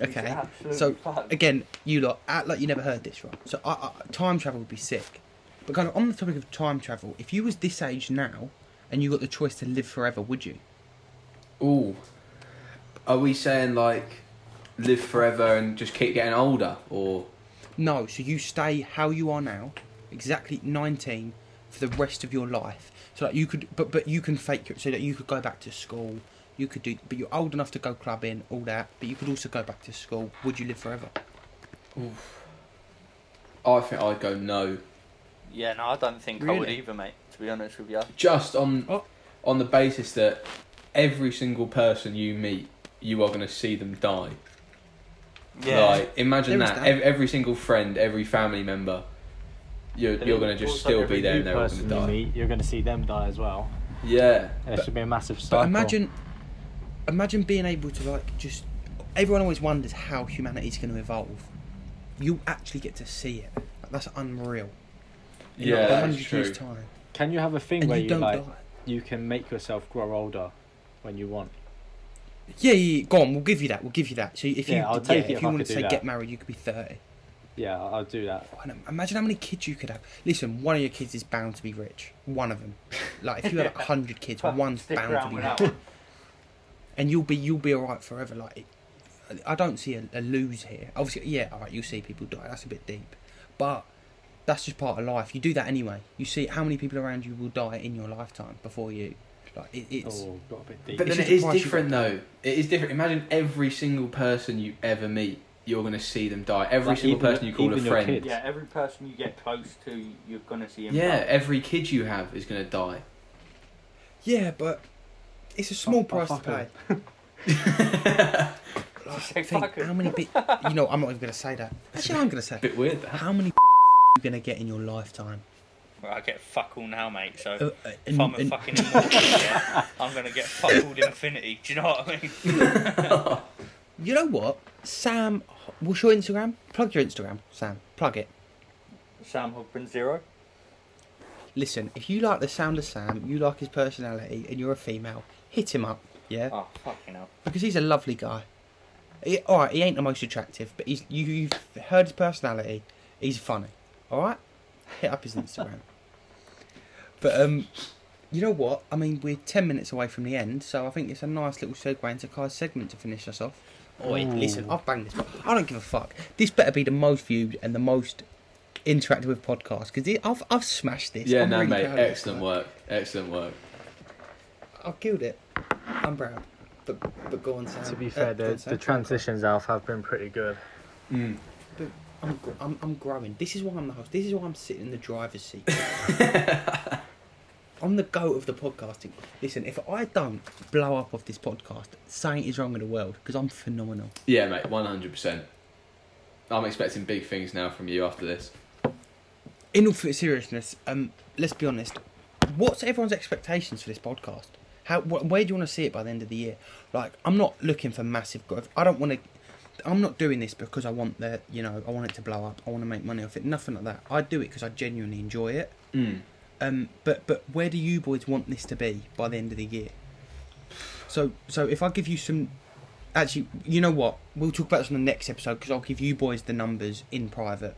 [SPEAKER 4] It's
[SPEAKER 2] Okay.
[SPEAKER 4] absolute
[SPEAKER 2] So
[SPEAKER 4] fuck.
[SPEAKER 2] again, you lot act like you never heard this, right? So I, I, time travel would be sick. But kind of on the topic of time travel, if you was this age now and you got the choice to live forever, would you?
[SPEAKER 3] Ooh, are we saying like live forever and just keep getting older, or
[SPEAKER 2] No. So you stay how you are now, exactly 19, for the rest of your life. So like you could, but but you can fake it so that you could go back to school. You could do, but you're old enough to go clubbing, all that. But you could also go back to school. Would you live forever?
[SPEAKER 3] I think I'd go no.
[SPEAKER 4] Yeah, no, I don't think I would
[SPEAKER 2] Really?
[SPEAKER 4] either, mate. To be honest with you,
[SPEAKER 3] Just on
[SPEAKER 2] Oh.
[SPEAKER 3] on the basis that every single person you meet, you are going to see them die. Like, imagine
[SPEAKER 2] There is
[SPEAKER 3] that.
[SPEAKER 2] that.
[SPEAKER 3] Ev- every single friend, every family member, you're,
[SPEAKER 1] then
[SPEAKER 3] you're going to just
[SPEAKER 1] also
[SPEAKER 3] still
[SPEAKER 1] every
[SPEAKER 3] be there
[SPEAKER 1] new
[SPEAKER 3] and they're all going
[SPEAKER 1] person
[SPEAKER 3] to
[SPEAKER 1] you
[SPEAKER 3] die.
[SPEAKER 1] meet, you're going to see them die as well.
[SPEAKER 3] Yeah.
[SPEAKER 1] There should be a massive
[SPEAKER 2] But
[SPEAKER 1] cycle.
[SPEAKER 2] imagine, imagine being able to like just. Everyone always wonders how humanity's going to evolve. You actually get to see it. Like, that's unreal. In,
[SPEAKER 3] Yeah,
[SPEAKER 2] like,
[SPEAKER 3] that's true.
[SPEAKER 2] years time,
[SPEAKER 1] Can you have a thing
[SPEAKER 2] and
[SPEAKER 1] where
[SPEAKER 2] you
[SPEAKER 1] you,
[SPEAKER 2] don't
[SPEAKER 1] like
[SPEAKER 2] die.
[SPEAKER 1] you can make yourself grow older when you want?
[SPEAKER 2] Yeah, yeah, yeah, go on. We'll give you that. We'll give you that. So if you,
[SPEAKER 1] Yeah, I'll take
[SPEAKER 2] yeah,
[SPEAKER 1] it
[SPEAKER 2] if
[SPEAKER 1] if
[SPEAKER 2] you
[SPEAKER 1] I
[SPEAKER 2] want
[SPEAKER 1] could
[SPEAKER 2] to
[SPEAKER 1] do
[SPEAKER 2] say
[SPEAKER 1] that.
[SPEAKER 2] get married, you could be thirty.
[SPEAKER 1] Yeah, I'll do that.
[SPEAKER 2] Oh, and Imagine how many kids you could have. Listen, one of your kids is bound to be rich. One of them. Like if you had a
[SPEAKER 1] <laughs>
[SPEAKER 2] hundred kids,
[SPEAKER 4] Fuck,
[SPEAKER 2] one's
[SPEAKER 4] stick
[SPEAKER 2] bound
[SPEAKER 4] around
[SPEAKER 2] to be
[SPEAKER 4] with
[SPEAKER 2] rich,
[SPEAKER 4] that one.
[SPEAKER 2] and you'll be you'll be all right forever. Like it, I don't see a, a lose here. Obviously, yeah, all right, you'll see people die. That's a bit deep, but that's just part of life. You do that anyway. You see how many people around you will die in your lifetime before you. Like it, it's
[SPEAKER 1] Oh, got a bit deep.
[SPEAKER 3] But
[SPEAKER 2] It's
[SPEAKER 3] then
[SPEAKER 2] just
[SPEAKER 3] it
[SPEAKER 2] a
[SPEAKER 3] is
[SPEAKER 2] price you
[SPEAKER 3] different, though. It is different. Imagine every single person you ever meet, you're going to see them die. Every
[SPEAKER 1] Like,
[SPEAKER 3] single
[SPEAKER 1] even-
[SPEAKER 3] person you call a
[SPEAKER 1] even your
[SPEAKER 3] friend.
[SPEAKER 1] kids.
[SPEAKER 4] yeah, every person you get close to, you're gonna see him.
[SPEAKER 3] Yeah,
[SPEAKER 4] die.
[SPEAKER 3] every kid you have is going to die.
[SPEAKER 2] yeah, but it's a small
[SPEAKER 1] Oh,
[SPEAKER 2] price to
[SPEAKER 1] fuck
[SPEAKER 2] pay.
[SPEAKER 1] it.
[SPEAKER 2] <laughs> Like,
[SPEAKER 4] Say
[SPEAKER 2] think
[SPEAKER 4] fuck it.
[SPEAKER 2] how many bit? You know, I'm not even gonna say that. Actually, I'm gonna
[SPEAKER 3] <laughs>
[SPEAKER 2] say
[SPEAKER 3] Bit weird, that.
[SPEAKER 2] how many <laughs> you gonna get in your lifetime.
[SPEAKER 4] Well, I get fuck all now, mate. So
[SPEAKER 2] Uh, uh,
[SPEAKER 4] if
[SPEAKER 2] and-
[SPEAKER 4] I'm a
[SPEAKER 2] and-
[SPEAKER 4] fucking immortal, yeah, I'm gonna get fuck
[SPEAKER 2] <laughs>
[SPEAKER 4] all infinity. Do you know what I mean?
[SPEAKER 2] you know what, Sam? What's your Instagram? Plug your Instagram, Sam. Plug it.
[SPEAKER 4] Sam Hogben zero.
[SPEAKER 2] Listen, if you like the sound of Sam, you like his personality, and you're a female, hit him up, yeah?
[SPEAKER 4] Oh fucking hell.
[SPEAKER 2] Because he's a lovely guy. He, all right, he ain't the most attractive, but he's you, you've heard his personality. He's funny. All right, hit up his Instagram. <laughs> but um, you know what? I mean, we're ten minutes away from the end, so I think it's a nice little segue into Kai's segment to finish us off. Oi,
[SPEAKER 1] Ooh.
[SPEAKER 2] listen, I've banged this. I don't give a fuck. This better be the most viewed and the most interacted with podcast because I've I've smashed this.
[SPEAKER 3] Yeah,
[SPEAKER 2] I'm
[SPEAKER 3] no,
[SPEAKER 2] really
[SPEAKER 3] mate.
[SPEAKER 2] proud of this
[SPEAKER 3] Excellent
[SPEAKER 2] guy.
[SPEAKER 3] work. Excellent work.
[SPEAKER 2] I killed it. I'm proud. But, but go on, Sam.
[SPEAKER 1] To be
[SPEAKER 2] Uh,
[SPEAKER 1] fair,
[SPEAKER 2] go on,
[SPEAKER 1] the,
[SPEAKER 2] Sam.
[SPEAKER 1] the transitions out have been pretty good.
[SPEAKER 3] Mm.
[SPEAKER 2] I'm, gr- I'm, I'm growing. This is why I'm the host. This is why I'm sitting in the driver's seat. I'm the goat of the podcasting. Listen, if I don't blow up off this podcast, something is wrong with the world because I'm phenomenal.
[SPEAKER 3] Yeah, mate, one hundred percent. I'm expecting big things now from you after this.
[SPEAKER 2] In all seriousness, um, let's be honest. What's everyone's expectations for this podcast? How wh- where do you want to see it by the end of the year? Like, I'm not looking for massive growth. I don't want to. I'm not doing this because I want the you know I want it to blow up. I want to make money off it. Nothing like that. I do it because I genuinely enjoy it.
[SPEAKER 3] Mm.
[SPEAKER 2] Um, but but where do you boys want this to be by the end of the year? So so if I give you some, actually, you know what? We'll talk about this on the next episode because I'll give you boys the numbers in private,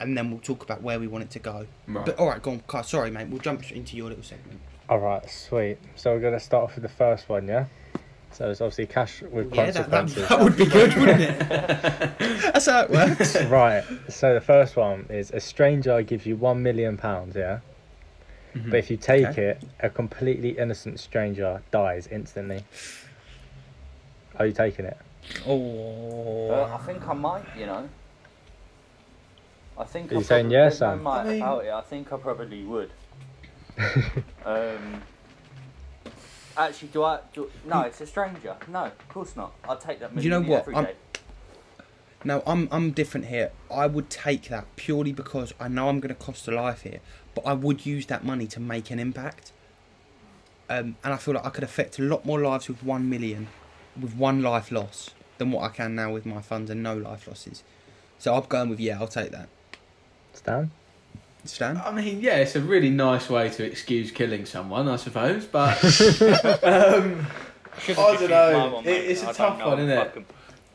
[SPEAKER 2] and then we'll talk about where we want it to go.
[SPEAKER 3] Right.
[SPEAKER 2] But all right, go on, Kai. Sorry, mate. We'll jump into your little segment.
[SPEAKER 1] All right, sweet. So we're gonna start off with the first one, yeah. So it's obviously cash with
[SPEAKER 2] Yeah, that, that,
[SPEAKER 1] consequences.
[SPEAKER 2] that would be good, wouldn't it? That's how it works.
[SPEAKER 1] right. So the first one is a stranger gives you one million pounds, yeah. But if you take
[SPEAKER 2] Mm-hmm. Okay.
[SPEAKER 1] it, a completely innocent stranger dies instantly. Are you taking it?
[SPEAKER 2] Oh,
[SPEAKER 5] Uh, I think I might, you know. I think
[SPEAKER 1] Are you
[SPEAKER 5] I
[SPEAKER 1] saying
[SPEAKER 5] probably,
[SPEAKER 1] yes,
[SPEAKER 5] there's no
[SPEAKER 1] Sam?
[SPEAKER 5] might
[SPEAKER 2] I mean-
[SPEAKER 5] about it. I think I probably
[SPEAKER 1] <laughs>
[SPEAKER 5] would. um, actually, do I? Do, no, it's a stranger. No, of course not. I'd take that
[SPEAKER 2] You know
[SPEAKER 5] million
[SPEAKER 2] what?
[SPEAKER 5] every
[SPEAKER 2] I'm-
[SPEAKER 5] day.
[SPEAKER 2] no, I'm I'm different here. I would take that purely because I know I'm going to cost a life here, but I would use that money to make an impact. Um, and I feel like I could affect a lot more lives with one million, with one life loss, than what I can now with my funds and no life losses. So I'm going with yeah. I'll take that.
[SPEAKER 1] Stan?
[SPEAKER 2] Stan.
[SPEAKER 3] I mean, yeah, it's a really nice way to excuse killing someone, I
[SPEAKER 2] <laughs>
[SPEAKER 3] suppose, but um,
[SPEAKER 4] Shouldn't
[SPEAKER 3] I
[SPEAKER 4] refuse
[SPEAKER 3] dunno.
[SPEAKER 4] my one,
[SPEAKER 3] It-
[SPEAKER 4] mate.
[SPEAKER 3] it's a
[SPEAKER 4] I don't
[SPEAKER 3] tough
[SPEAKER 4] know,
[SPEAKER 3] one,
[SPEAKER 4] I'm
[SPEAKER 3] innit?
[SPEAKER 4] fucking-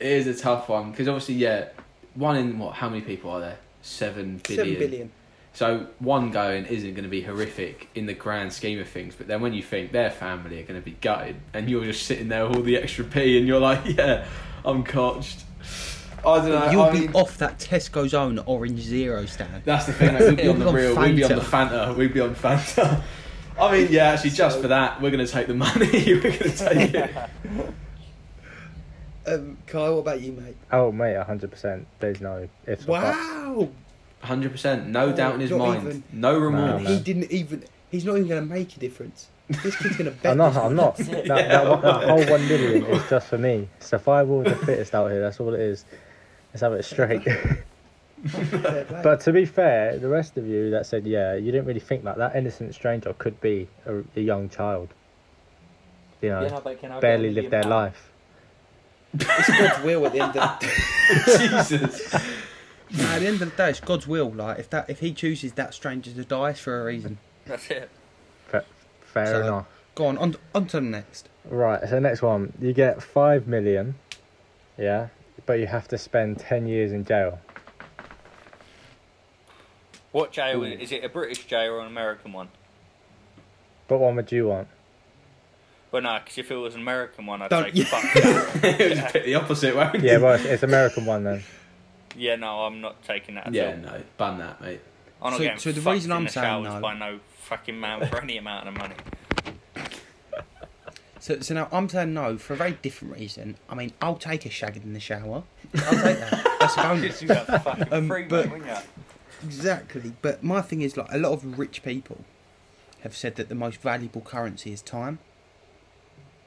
[SPEAKER 3] it is a tough one because obviously, yeah, one in what? How many people are there? Seven billion.
[SPEAKER 2] Seven billion.
[SPEAKER 3] So one going isn't going to be horrific in the grand scheme of things, but then when you think their family are going to be gutted, and you're just sitting there with all the extra pee, and you're like, <laughs> yeah, I'm cotched. I don't know.
[SPEAKER 2] You'll
[SPEAKER 3] I
[SPEAKER 2] be
[SPEAKER 3] mean,
[SPEAKER 2] off that Tesco's own orange zero, Stan.
[SPEAKER 3] That's the thing. Like, we'd be on the
[SPEAKER 2] You'll be
[SPEAKER 3] real.
[SPEAKER 2] on
[SPEAKER 3] We'd be on the Fanta. We'd be on Fanta. I mean, yeah, actually, just for that, we're going to take the money. <laughs> we're going to take it.
[SPEAKER 2] Um, Kyle, what about you, mate?
[SPEAKER 1] Oh mate, hundred percent. There's no ifs or buts.
[SPEAKER 2] Wow.
[SPEAKER 3] Hundred percent, no
[SPEAKER 2] Oh,
[SPEAKER 3] doubt in his
[SPEAKER 2] not
[SPEAKER 3] mind,
[SPEAKER 2] even.
[SPEAKER 3] no remorse.
[SPEAKER 2] And he didn't even. He's not even going to make a difference. This kid's <laughs> going to bet.
[SPEAKER 1] I'm not.
[SPEAKER 2] this
[SPEAKER 1] I'm
[SPEAKER 2] one.
[SPEAKER 1] not. That, that, one- that whole one million is just for me. Survival of the fittest out here. That's all it is. Let's have it straight.
[SPEAKER 2] Fair play.
[SPEAKER 1] But to be fair, the rest of you that said yeah, you didn't really think that that innocent stranger could be a, a young child. You know,
[SPEAKER 5] Yeah, no, but can I get a
[SPEAKER 1] barely
[SPEAKER 5] million
[SPEAKER 1] lived their
[SPEAKER 5] pound?
[SPEAKER 1] life.
[SPEAKER 2] it's God's will at the end of the,
[SPEAKER 3] Jesus,
[SPEAKER 2] Nah, at the end of the day. It's God's will. Like if that if he chooses that stranger to die it's for a reason.
[SPEAKER 4] That's it.
[SPEAKER 1] Fa- fair
[SPEAKER 2] So-
[SPEAKER 1] enough.
[SPEAKER 2] Go on, on on to the next.
[SPEAKER 1] Right. So next one, you get five million. Yeah, but you have to spend ten years in jail.
[SPEAKER 4] What jail is, is it? A British jail or an American one?
[SPEAKER 1] What one would you want?
[SPEAKER 4] Well, no, because if it was an American one, I'd
[SPEAKER 2] Don't-
[SPEAKER 4] say fuck that.
[SPEAKER 3] <laughs> it was a bit the opposite, won't
[SPEAKER 1] Yeah,
[SPEAKER 3] it?
[SPEAKER 1] well, it's, it's American one then.
[SPEAKER 4] Yeah, no, I'm not taking that. At
[SPEAKER 3] yeah,
[SPEAKER 4] all.
[SPEAKER 3] no, ban that, mate.
[SPEAKER 4] I'm not
[SPEAKER 2] So-
[SPEAKER 4] getting
[SPEAKER 2] so the
[SPEAKER 4] fucked
[SPEAKER 2] reason
[SPEAKER 4] in
[SPEAKER 2] I'm
[SPEAKER 4] the
[SPEAKER 2] saying
[SPEAKER 4] showers
[SPEAKER 2] no-
[SPEAKER 4] by no fucking man for any amount
[SPEAKER 5] <laughs>
[SPEAKER 4] of money.
[SPEAKER 2] So so now I'm saying no for a very different reason. I mean I'll take a shagging in the shower. I'll take that. That's a bonus.
[SPEAKER 4] Because you got fucking
[SPEAKER 2] Um,
[SPEAKER 4] free,
[SPEAKER 2] but-
[SPEAKER 4] mate, wouldn't you?
[SPEAKER 2] Exactly, but my thing is like a lot of rich people have said that the most valuable currency is time.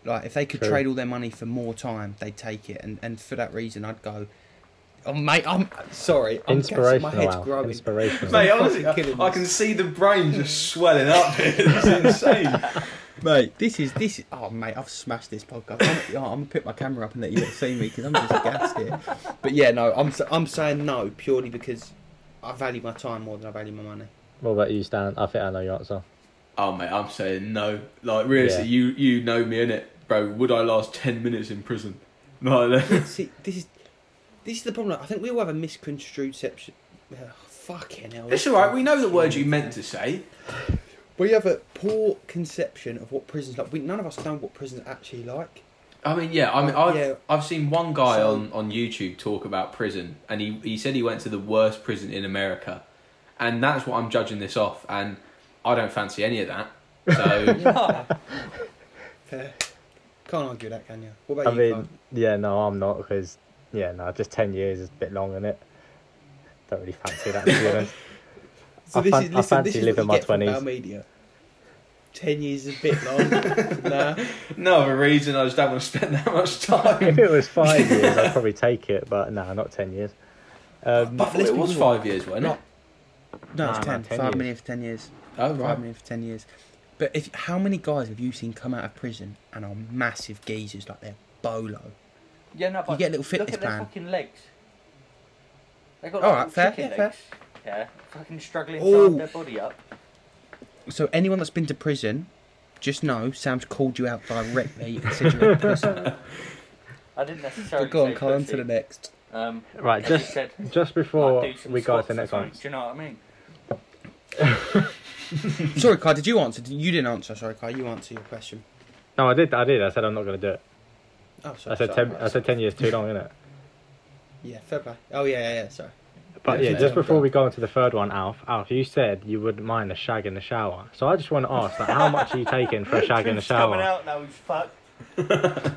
[SPEAKER 2] Like if they could
[SPEAKER 1] True.
[SPEAKER 2] trade all their money for more time, they'd take it, and, and for that reason, I'd go. Oh mate, I'm sorry. I'm gassing,
[SPEAKER 1] Inspirational.
[SPEAKER 2] My head's
[SPEAKER 1] Al.
[SPEAKER 2] growing.
[SPEAKER 1] Inspirational.
[SPEAKER 3] Mate,
[SPEAKER 2] fucking
[SPEAKER 3] honestly,
[SPEAKER 2] kidding
[SPEAKER 3] I, I
[SPEAKER 2] us.
[SPEAKER 3] can see the brain just swelling up. <laughs> it's insane,
[SPEAKER 2] Mate, this is this. Is, oh mate, I've smashed this podcast. I'm, oh, I'm gonna put my camera up and let you lot see me because I'm just gassed here. But yeah, no, I'm s- I'm saying no purely because I value my time more than I value my money.
[SPEAKER 1] What about you, Stan? I think I know your answer.
[SPEAKER 3] Oh, mate, I'm saying no. Like, realistically,
[SPEAKER 1] Yeah.
[SPEAKER 3] you you know me, innit, bro? Would I last ten minutes in prison? Like, <laughs>
[SPEAKER 2] See, this is this is the problem. I think we all have a misconstrued perception. Ugh, fucking hell.
[SPEAKER 3] it's all right. We know the words you meant to say.
[SPEAKER 2] We have a poor conception of what prison's like. We, none of us know what prison's actually like.
[SPEAKER 3] I mean, yeah. I mean,
[SPEAKER 2] Oh,
[SPEAKER 3] I've
[SPEAKER 2] yeah.
[SPEAKER 3] I've seen one guy
[SPEAKER 2] So-
[SPEAKER 3] on on YouTube talk about prison, and he he said he went to the worst prison in America, and that's what I'm judging this off. And <laughs> I don't fancy any of that. So
[SPEAKER 2] Fair. Can't argue that, can you? What
[SPEAKER 1] I
[SPEAKER 2] about you?
[SPEAKER 1] mean, yeah, no, I'm not because yeah, no, just ten years is a bit long, is it? Don't really fancy that. To
[SPEAKER 5] <laughs>
[SPEAKER 1] be honest.
[SPEAKER 2] Clive? so
[SPEAKER 1] I
[SPEAKER 2] this
[SPEAKER 1] fan-
[SPEAKER 2] is,
[SPEAKER 1] I
[SPEAKER 2] listen,
[SPEAKER 1] fancy
[SPEAKER 2] this is
[SPEAKER 1] living
[SPEAKER 2] what you
[SPEAKER 1] my
[SPEAKER 2] get from
[SPEAKER 1] 20s.
[SPEAKER 2] Bauer Media. Ten years is a bit
[SPEAKER 1] <laughs>
[SPEAKER 2] long. nah.
[SPEAKER 3] No other reason. I just don't want to spend that much
[SPEAKER 1] if
[SPEAKER 3] time.
[SPEAKER 1] it was five years, I'd probably take it, but no, not ten years. Um,
[SPEAKER 3] <laughs> but
[SPEAKER 2] let's
[SPEAKER 3] it
[SPEAKER 2] be
[SPEAKER 3] was
[SPEAKER 2] real.
[SPEAKER 3] five years, wasn't it?
[SPEAKER 2] No, it's
[SPEAKER 1] Nah,
[SPEAKER 2] ten.
[SPEAKER 1] nah, 10
[SPEAKER 2] Five
[SPEAKER 1] years.
[SPEAKER 2] million for ten years.
[SPEAKER 3] Oh
[SPEAKER 2] Five
[SPEAKER 3] right.
[SPEAKER 2] million for ten years. But if how many guys have you seen come out of prison and are massive geezers like they're bolo?
[SPEAKER 5] Yeah, no, but
[SPEAKER 2] get a little fitness
[SPEAKER 5] look at their
[SPEAKER 2] plan.
[SPEAKER 5] fucking legs. They got
[SPEAKER 2] All
[SPEAKER 5] like,
[SPEAKER 2] right,
[SPEAKER 5] little
[SPEAKER 2] fair,
[SPEAKER 5] chicken
[SPEAKER 2] yeah,
[SPEAKER 5] legs. Yeah, fucking struggling to
[SPEAKER 2] Ooh.
[SPEAKER 5] hold their body up.
[SPEAKER 2] So anyone that's been to prison, just know Sam's called you out directly and said you're a pussy.
[SPEAKER 5] I didn't necessarily.
[SPEAKER 2] But go on,
[SPEAKER 5] say
[SPEAKER 2] Colin,
[SPEAKER 5] pussy.
[SPEAKER 2] to the next.
[SPEAKER 5] Um,
[SPEAKER 1] right,
[SPEAKER 5] as you
[SPEAKER 1] just
[SPEAKER 5] said,
[SPEAKER 1] just before
[SPEAKER 5] like, do some
[SPEAKER 1] we go to the
[SPEAKER 5] squats
[SPEAKER 1] next
[SPEAKER 5] or
[SPEAKER 1] one,
[SPEAKER 5] something, Do you know what I mean?
[SPEAKER 2] Sorry, Kai, did you answer? You didn't answer. Sorry, Kai, you answer your question.
[SPEAKER 1] no, I did, I did. I said I'm not going to do it.
[SPEAKER 2] Oh, sorry.
[SPEAKER 1] I said
[SPEAKER 2] sorry,
[SPEAKER 1] ten.
[SPEAKER 2] right,
[SPEAKER 1] I said ten years too long,
[SPEAKER 5] <laughs>
[SPEAKER 1] isn't it?
[SPEAKER 2] Yeah, fair play. Oh yeah, yeah, yeah. Sorry.
[SPEAKER 1] But yeah,
[SPEAKER 2] Yeah,
[SPEAKER 1] just
[SPEAKER 2] yeah.
[SPEAKER 1] before we go on to the third one, Alf, Alf, you said you wouldn't mind a shag in the shower. So I just want to ask, like, how much are you taking for a shag in the
[SPEAKER 5] Truth's coming
[SPEAKER 1] shower?
[SPEAKER 5] out now, he's fucked.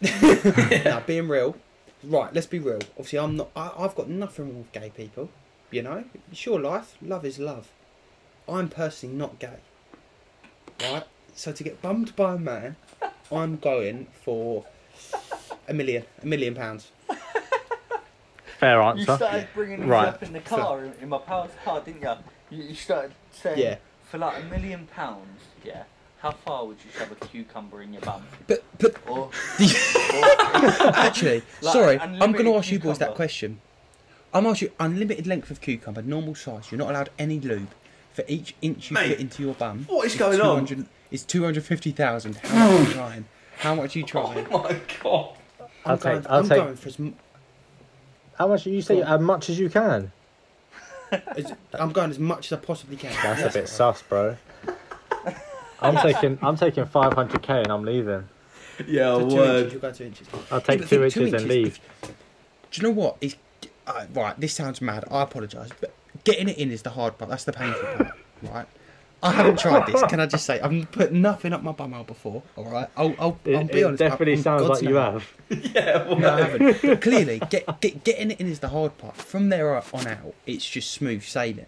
[SPEAKER 2] now being real, right? Let's be real. Obviously, I'm not. I, I've got nothing wrong with gay people. You know, it's your life. Love is love. I'm personally not gay. Right. So to get bummed by a man, I'm going for a million, a million pounds.
[SPEAKER 1] Fair
[SPEAKER 5] You
[SPEAKER 1] answer.
[SPEAKER 5] started bringing this
[SPEAKER 1] Right.
[SPEAKER 5] up in the car, in, in my pal's car, didn't you? you? You started saying,
[SPEAKER 2] Yeah.
[SPEAKER 5] for like a million pounds, yeah, how far would you shove a cucumber in your bum?
[SPEAKER 2] But but
[SPEAKER 5] Or,
[SPEAKER 2] <laughs> Actually,
[SPEAKER 5] Like,
[SPEAKER 2] sorry, I'm going
[SPEAKER 5] unlimited
[SPEAKER 2] to ask you boys that
[SPEAKER 5] cucumber.
[SPEAKER 2] question. I'm asking you unlimited length of cucumber, normal size. You're not allowed any lube for each inch you
[SPEAKER 3] Mate,
[SPEAKER 2] fit into your bum.
[SPEAKER 3] what is going on?
[SPEAKER 2] 200 It's two hundred fifty thousand. How much are you trying? How much are you trying?
[SPEAKER 3] <laughs> Oh my god.
[SPEAKER 2] I'm
[SPEAKER 1] I'll
[SPEAKER 2] going.
[SPEAKER 1] take- I'll
[SPEAKER 2] am
[SPEAKER 1] take-
[SPEAKER 2] going for as, m-
[SPEAKER 1] How much? You say
[SPEAKER 2] Go
[SPEAKER 1] as
[SPEAKER 2] on.
[SPEAKER 1] much as you can.
[SPEAKER 2] as I'm going as much as I possibly can.
[SPEAKER 1] That's
[SPEAKER 2] Yes,
[SPEAKER 1] a bit
[SPEAKER 2] right.
[SPEAKER 1] sus, bro. I'm taking I'm taking 500k and I'm leaving.
[SPEAKER 3] Yeah,
[SPEAKER 2] So two inches,
[SPEAKER 3] word.
[SPEAKER 2] you'll go two inches.
[SPEAKER 1] I'll
[SPEAKER 2] Yeah,
[SPEAKER 1] take two
[SPEAKER 2] but think
[SPEAKER 1] inches,
[SPEAKER 2] two
[SPEAKER 1] and
[SPEAKER 2] inches-
[SPEAKER 1] leave.
[SPEAKER 2] Do you know what? It's uh, right. This sounds mad. I apologise, but getting it in is the hard part. That's the painful part, <laughs> right? I haven't tried this. Can I just say I've put nothing up my bumhole before? All right. I'll, I'll,
[SPEAKER 1] It,
[SPEAKER 2] I'll
[SPEAKER 1] it
[SPEAKER 2] be honest. I-
[SPEAKER 1] definitely
[SPEAKER 2] I'm
[SPEAKER 1] sounds
[SPEAKER 2] God's
[SPEAKER 1] like you
[SPEAKER 2] name.
[SPEAKER 1] have.
[SPEAKER 3] Yeah,
[SPEAKER 2] <laughs>
[SPEAKER 3] word.
[SPEAKER 2] No, I
[SPEAKER 1] <laughs>
[SPEAKER 2] haven't. But clearly, get, get, getting it in is the hard part. From there on out, it's just smooth sailing.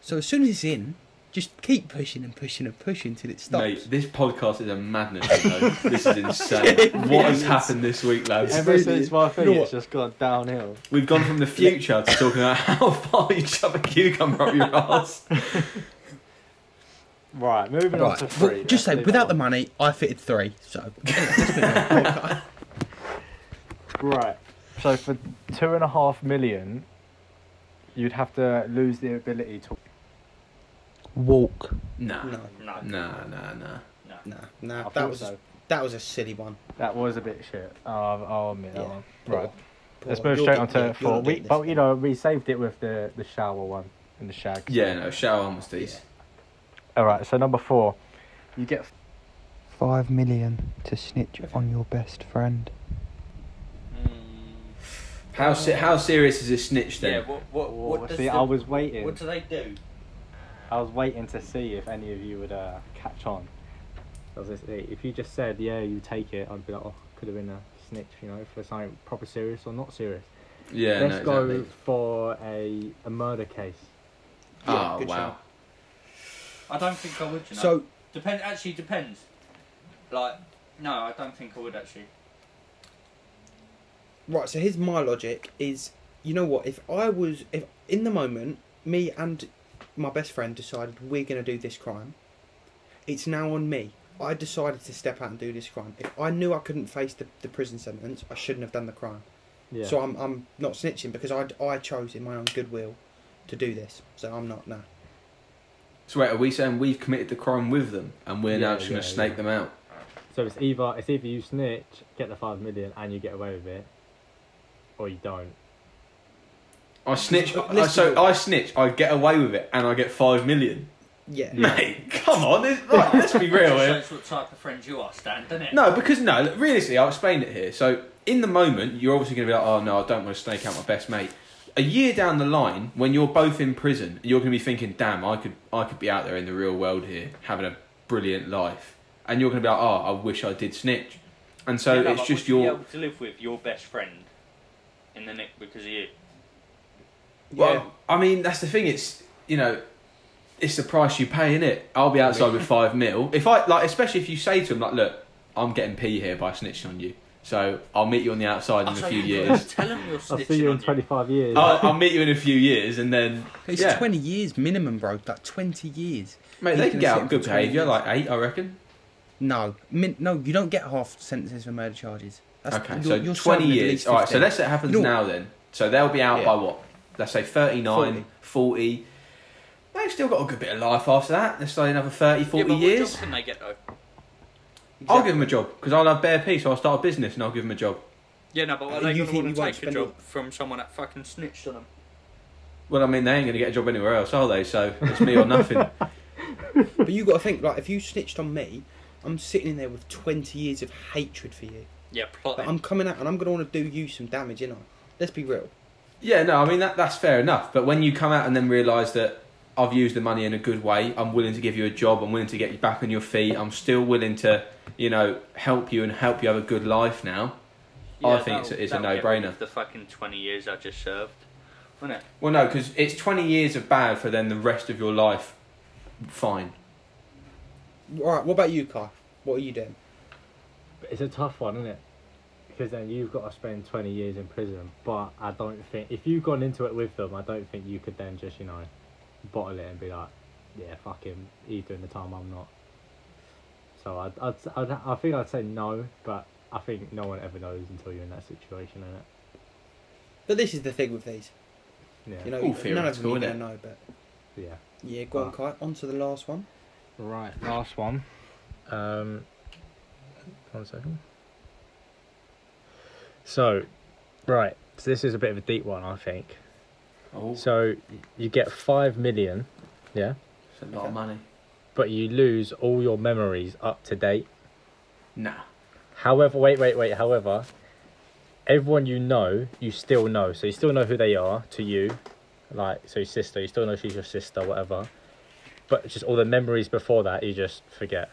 [SPEAKER 2] So as soon as it's in, just keep pushing and pushing and pushing till it stops.
[SPEAKER 3] Mate, this podcast is a madness. You know? this <laughs> is insane. what has happened this week, lads?
[SPEAKER 1] Ever
[SPEAKER 2] really
[SPEAKER 1] since
[SPEAKER 2] is.
[SPEAKER 1] my
[SPEAKER 2] You
[SPEAKER 1] thing,
[SPEAKER 2] know
[SPEAKER 1] it's just gone downhill.
[SPEAKER 3] We've gone from the future to talking about <laughs> how far you shove a cucumber up your ass.
[SPEAKER 1] Right, moving on
[SPEAKER 2] Right,
[SPEAKER 1] to
[SPEAKER 2] but
[SPEAKER 1] three.
[SPEAKER 2] just say
[SPEAKER 1] Let's move
[SPEAKER 2] without the
[SPEAKER 1] on.
[SPEAKER 2] money, I fitted three. So let's move on. Okay.
[SPEAKER 1] Right. So for two and a half million, you'd have to lose the ability to.
[SPEAKER 2] walk.
[SPEAKER 3] Nah.
[SPEAKER 2] No,
[SPEAKER 5] <laughs> no,
[SPEAKER 3] Nah, nah, nah.
[SPEAKER 2] no,
[SPEAKER 1] I
[SPEAKER 2] no. That
[SPEAKER 1] thought
[SPEAKER 2] was
[SPEAKER 1] so.
[SPEAKER 2] that was a silly one.
[SPEAKER 1] That was a bit shit. Oh, I'll admit that
[SPEAKER 2] Yeah.
[SPEAKER 1] one.
[SPEAKER 2] Poor-
[SPEAKER 1] Right.
[SPEAKER 2] poor-
[SPEAKER 1] Let's move
[SPEAKER 2] you're
[SPEAKER 1] straight on
[SPEAKER 2] getting-
[SPEAKER 1] to
[SPEAKER 2] you're
[SPEAKER 1] four.
[SPEAKER 2] not
[SPEAKER 1] We,
[SPEAKER 2] getting
[SPEAKER 1] but
[SPEAKER 2] this.
[SPEAKER 1] you know, we saved it with the the shower one and the shag.
[SPEAKER 3] Yeah, no, shower on was decent.
[SPEAKER 1] All right. So number four, you get
[SPEAKER 6] Five million to snitch on your best friend.
[SPEAKER 3] How se- how serious is this snitch
[SPEAKER 5] Yeah,
[SPEAKER 3] then?
[SPEAKER 5] what, what, what
[SPEAKER 1] Oh,
[SPEAKER 5] does
[SPEAKER 1] see,
[SPEAKER 5] the,
[SPEAKER 1] I was waiting.
[SPEAKER 5] what do they do?
[SPEAKER 1] I was waiting to see if any of you would uh, catch on. I was just- eh, If you just said, yeah, you take it, I'd be like, oh, could have been a snitch, you know, for something proper serious or not serious.
[SPEAKER 3] Yeah,
[SPEAKER 1] Let's
[SPEAKER 3] no,
[SPEAKER 1] go
[SPEAKER 3] exactly.
[SPEAKER 1] for a, a murder case.
[SPEAKER 2] Yeah,
[SPEAKER 3] oh,
[SPEAKER 2] good
[SPEAKER 3] wow.
[SPEAKER 2] shout.
[SPEAKER 5] I don't think I would, you know.
[SPEAKER 2] So
[SPEAKER 5] Depend, actually depends. Like, no, I don't think I would actually.
[SPEAKER 2] right, so here's my logic: is you know what? If I was, if in the moment, me and my best friend decided we're gonna do this crime, it's now on me. I decided to step out and do this crime. If I knew I couldn't face the, the prison sentence, I shouldn't have done the crime.
[SPEAKER 1] Yeah.
[SPEAKER 2] So I'm, I'm not snitching because I, I chose in my own goodwill to do this. So I'm not, no.
[SPEAKER 3] So wait, are we saying we've committed the crime with them and we're now
[SPEAKER 1] Yeah,
[SPEAKER 3] just going to
[SPEAKER 1] yeah,
[SPEAKER 3] snake
[SPEAKER 1] yeah.
[SPEAKER 3] them out?
[SPEAKER 1] So it's either it's either you snitch, get the five million, and you get away with it, or you don't.
[SPEAKER 3] I snitch.
[SPEAKER 2] But
[SPEAKER 3] I,
[SPEAKER 2] listen-
[SPEAKER 3] so I snitch. I get away with it, and I get five million.
[SPEAKER 2] Yeah.
[SPEAKER 3] Mate, come on. This, like, let's
[SPEAKER 4] <laughs>
[SPEAKER 3] be real
[SPEAKER 5] Just
[SPEAKER 3] here.
[SPEAKER 5] shows what type of friends you are, Stan, doesn't it?
[SPEAKER 3] No, because no. look, Realistically, I'll explain it here. So in the moment, you're obviously going to be like, oh no, I don't want to snake out my best mate. A year down the line, when you're both in prison, you're going to be thinking, damn, I could, I could be out there in the real world here having a brilliant life, and you're going to be like, oh, I wish I did snitch. And so
[SPEAKER 4] Yeah, no,
[SPEAKER 3] it's
[SPEAKER 4] but
[SPEAKER 3] just
[SPEAKER 4] would you be
[SPEAKER 3] your
[SPEAKER 4] able to live with your best friend in the nick because of you.
[SPEAKER 3] Well,
[SPEAKER 2] Yeah.
[SPEAKER 3] I mean, that's the thing. It's you know, it's the price you pay in it. I'll be outside with five mil. If I like, especially if you say to him like, look, I'm getting pee here by snitching on you. So I'll meet you on the outside in a few years.
[SPEAKER 4] Tell him you're
[SPEAKER 1] I'll see you
[SPEAKER 4] snitching
[SPEAKER 1] in
[SPEAKER 4] on you.
[SPEAKER 1] 25 years.
[SPEAKER 3] I'll, I'll meet you in a few years, and then
[SPEAKER 2] It's
[SPEAKER 3] Yeah.
[SPEAKER 2] 20 years minimum, bro. Like 20 years.
[SPEAKER 3] mate,
[SPEAKER 2] He's
[SPEAKER 3] they
[SPEAKER 2] gonna
[SPEAKER 3] can get
[SPEAKER 2] sit
[SPEAKER 3] out on
[SPEAKER 2] for
[SPEAKER 3] good
[SPEAKER 2] 20
[SPEAKER 3] behaviour,
[SPEAKER 2] years.
[SPEAKER 3] like eight, I reckon.
[SPEAKER 2] No, min- no, you don't get half sentences for murder charges. That's,
[SPEAKER 3] okay,
[SPEAKER 2] you're-
[SPEAKER 3] so
[SPEAKER 2] you're
[SPEAKER 3] twenty
[SPEAKER 2] serving at
[SPEAKER 3] years.
[SPEAKER 2] least
[SPEAKER 3] All right, so
[SPEAKER 2] 15.
[SPEAKER 3] let's say it happens
[SPEAKER 2] No.
[SPEAKER 3] now then. So they'll be out
[SPEAKER 2] Yeah.
[SPEAKER 3] by what? Let's say 39, 40.
[SPEAKER 2] 40.
[SPEAKER 3] They've still got a good bit of life after that. Let's say another 30, 40
[SPEAKER 4] yeah, but What
[SPEAKER 3] years.
[SPEAKER 4] job can they get though?
[SPEAKER 3] I'll give him a job because I'll have bare pee, so I'll start a business and I'll give him a job.
[SPEAKER 4] Yeah, no, but are
[SPEAKER 2] And
[SPEAKER 4] they
[SPEAKER 2] you
[SPEAKER 4] going to
[SPEAKER 2] think
[SPEAKER 4] want
[SPEAKER 2] you
[SPEAKER 4] to
[SPEAKER 2] won't
[SPEAKER 4] take a
[SPEAKER 2] spend
[SPEAKER 4] job from someone that fucking snitched on them?
[SPEAKER 3] Well, I mean, they ain't going to get a job anywhere else, are they? So it's me or nothing.
[SPEAKER 2] But you got to think, like, if you snitched on me, I'm sitting in there with 20 years of hatred for you.
[SPEAKER 4] Yeah,
[SPEAKER 2] But
[SPEAKER 4] plotting.
[SPEAKER 2] I'm coming out and I'm going to want to do you some damage, innit? Let's be real.
[SPEAKER 3] yeah, no, I mean that that's fair enough. But when you come out and then realise that I've used the money in a good way, I'm willing to give you a job, I'm willing to get you back on your feet, I'm still willing to, you know, help you and help you have a good life now.
[SPEAKER 4] yeah,
[SPEAKER 3] I think it's
[SPEAKER 4] that'll-
[SPEAKER 3] a, it's a
[SPEAKER 4] that'll
[SPEAKER 3] no
[SPEAKER 4] get rid of
[SPEAKER 3] brainer.
[SPEAKER 4] The fucking twenty years I just served, wouldn't it?
[SPEAKER 3] Well, no, because it's 20 years of bad for then the rest of your life. Fine.
[SPEAKER 2] All right, what about you, Kai? What are you doing?
[SPEAKER 1] But It's a tough one, isn't it? Because then you've got to spend 20 years in prison. But I don't think, if you've gone into it with them, I don't think you could then just, you know, bottle it and be like, yeah, fuck him. He's doing the time I'm not. So I'd, I'd, I'd, I think I'd say no, but I think no one ever knows until you're in that situation, innit?
[SPEAKER 2] But this is the thing with these.
[SPEAKER 1] Yeah.
[SPEAKER 2] You know,
[SPEAKER 3] All theory
[SPEAKER 2] none of
[SPEAKER 3] is
[SPEAKER 2] them
[SPEAKER 3] cool,
[SPEAKER 2] you're going
[SPEAKER 3] innit?
[SPEAKER 2] to know, but...
[SPEAKER 1] yeah.
[SPEAKER 2] Yeah, go on, Kai. On to the last one.
[SPEAKER 1] Right, last one. Um, one second. So, right, so this is a bit of a deep one, I think.
[SPEAKER 3] Oh, it's
[SPEAKER 1] So y- you get five million, yeah,
[SPEAKER 3] a lot of money.
[SPEAKER 1] but you lose all your memories up to date.
[SPEAKER 3] Nah.
[SPEAKER 1] However, wait, wait, wait. However, everyone you know, you still know. So you still know who they are to you, like so your sister. You still know she's your sister, whatever. But just all the memories before that, you just forget.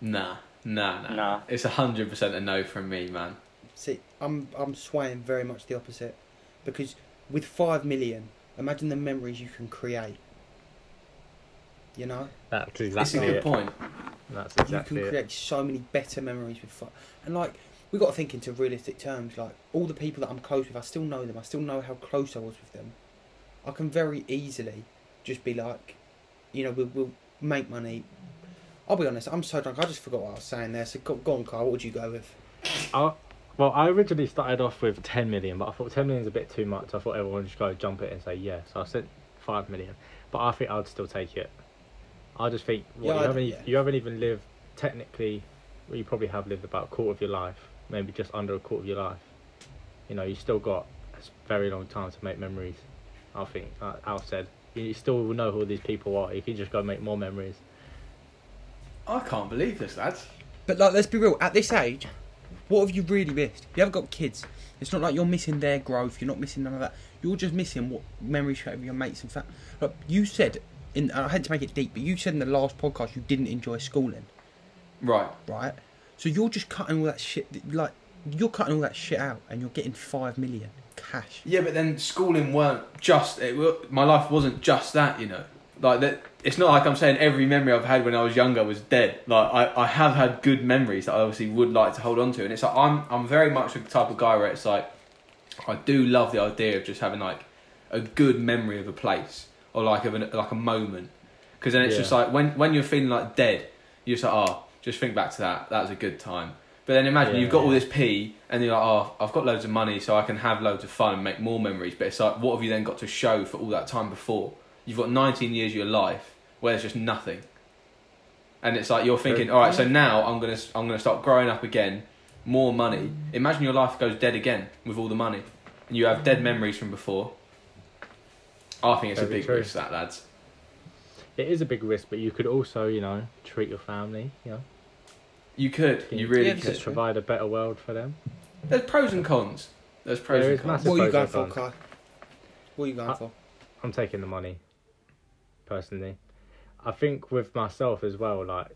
[SPEAKER 3] Nah. Nah, nah.
[SPEAKER 5] Nah.
[SPEAKER 3] It's 100% a no from me, man.
[SPEAKER 2] See, I'm I'm swaying very much the opposite, because with five million, imagine the memories you can create. You know,
[SPEAKER 1] That's
[SPEAKER 3] That's a
[SPEAKER 1] exactly
[SPEAKER 3] good
[SPEAKER 1] it.
[SPEAKER 3] point.
[SPEAKER 1] That's
[SPEAKER 2] you
[SPEAKER 1] exactly
[SPEAKER 2] can
[SPEAKER 1] it.
[SPEAKER 2] create so many better memories with five. And like, we got to think into realistic terms. Like, all the people that I'm close with, I still know them. I still know how close I was with them. I can very easily just be like, you know, we'll, we'll make money. I'll be honest. I'm so drunk. I just forgot what I was saying there. So go, go on, Carl. What would you go with?
[SPEAKER 1] I, well, I originally started off with 10 million, but I thought 10 million is a bit too much. I thought everyone would just go jump it and say yes. So I said 5 million, but I think I'd still take it. I just think well,
[SPEAKER 2] Yeah,
[SPEAKER 1] you,
[SPEAKER 2] I'd-
[SPEAKER 1] haven't, e-
[SPEAKER 2] yeah.
[SPEAKER 1] you haven't even lived, technically, well, you probably have lived about a quarter of your life, maybe just under a quarter of your life. You know, you still got a s- very long time to make memories. I think, like Al said, you you still will know who these people are. You can just go make more memories.
[SPEAKER 3] I can't believe this, lads.
[SPEAKER 2] But like, let's be real. At this age, what have you really missed? You haven't got kids. It's not like you're missing their growth. You're not missing none of that. You're just missing what memories you have with your mates and fam. Look, you said in. I had to make it deep, but you said in the last podcast you didn't enjoy schooling,
[SPEAKER 3] Right.
[SPEAKER 2] right? So you're just cutting all that shit. that- Like you're cutting all that shit out, and you're getting five million cash.
[SPEAKER 3] Yeah, but then schooling weren't just it. wa- My life wasn't just that, you know. Like that, it's not like I'm saying every memory I've had when I was younger was dead. Like I, I have had good memories that I obviously would like to hold on to, and it's like I'm, I'm very much the type of guy where it's like, I do love the idea of just having like a good memory of a place or like of an, like a moment, because then it's
[SPEAKER 1] Yeah.
[SPEAKER 3] just like when when you're feeling like dead, you're just like oh, just think back to that. That was a good time. But then imagine
[SPEAKER 1] Yeah.
[SPEAKER 3] you've got all this pee, and you're like, oh, I've got loads of money, so I can have loads of fun and make more memories. But it's like, what have you then got to show for all that time before? You've got 19 years of your life where there's just nothing, and it's like you're thinking, all right, so now I'm gonna I'm gonna start growing up again, more money. Imagine your life goes dead again with all the money, and you have dead memories from before. I think it's a
[SPEAKER 1] Very
[SPEAKER 3] big
[SPEAKER 1] true.
[SPEAKER 3] risk, that lads.
[SPEAKER 1] It is a big risk, but you could also, you know, treat your family, you know,
[SPEAKER 3] You could, you
[SPEAKER 1] Yeah,
[SPEAKER 3] really
[SPEAKER 2] yeah,
[SPEAKER 3] could.
[SPEAKER 2] because-
[SPEAKER 1] just provide a better world for them.
[SPEAKER 3] There's pros and cons. There's pros
[SPEAKER 1] There
[SPEAKER 3] and
[SPEAKER 1] is
[SPEAKER 3] cons.
[SPEAKER 1] massive
[SPEAKER 2] What are you
[SPEAKER 1] pros
[SPEAKER 2] going
[SPEAKER 1] and
[SPEAKER 2] for,
[SPEAKER 1] cons.
[SPEAKER 2] Kai? What are you going
[SPEAKER 1] Uh,
[SPEAKER 2] for?
[SPEAKER 1] I'm taking the money, personally. I think with myself as well, like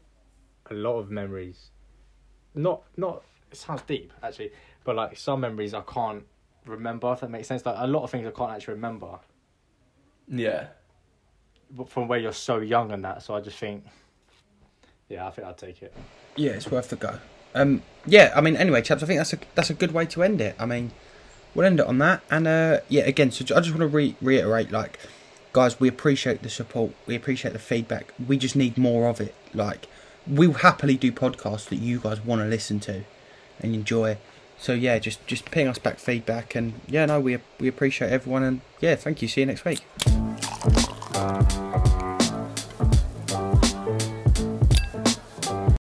[SPEAKER 1] a lot of memories, not not it sounds deep actually, but like some memories I can't remember if that makes sense. Like a lot of things I can't actually remember
[SPEAKER 3] Yeah.
[SPEAKER 1] but from where you're so young and that. So I just think, yeah, I think I'd take it.
[SPEAKER 2] Yeah, it's worth the go. Um, yeah, I mean, anyway, chaps, I think that's a that's a good way to end it. I mean, we'll end it on that. And uh, yeah, again, so I just want to re- reiterate, like, guys, we appreciate the support, we appreciate the feedback. We just need more of it. Like, we will happily do podcasts that you guys want to listen to and enjoy. So yeah, just just ping us back feedback, and yeah, no, we we appreciate everyone, and yeah, thank you. See you next week.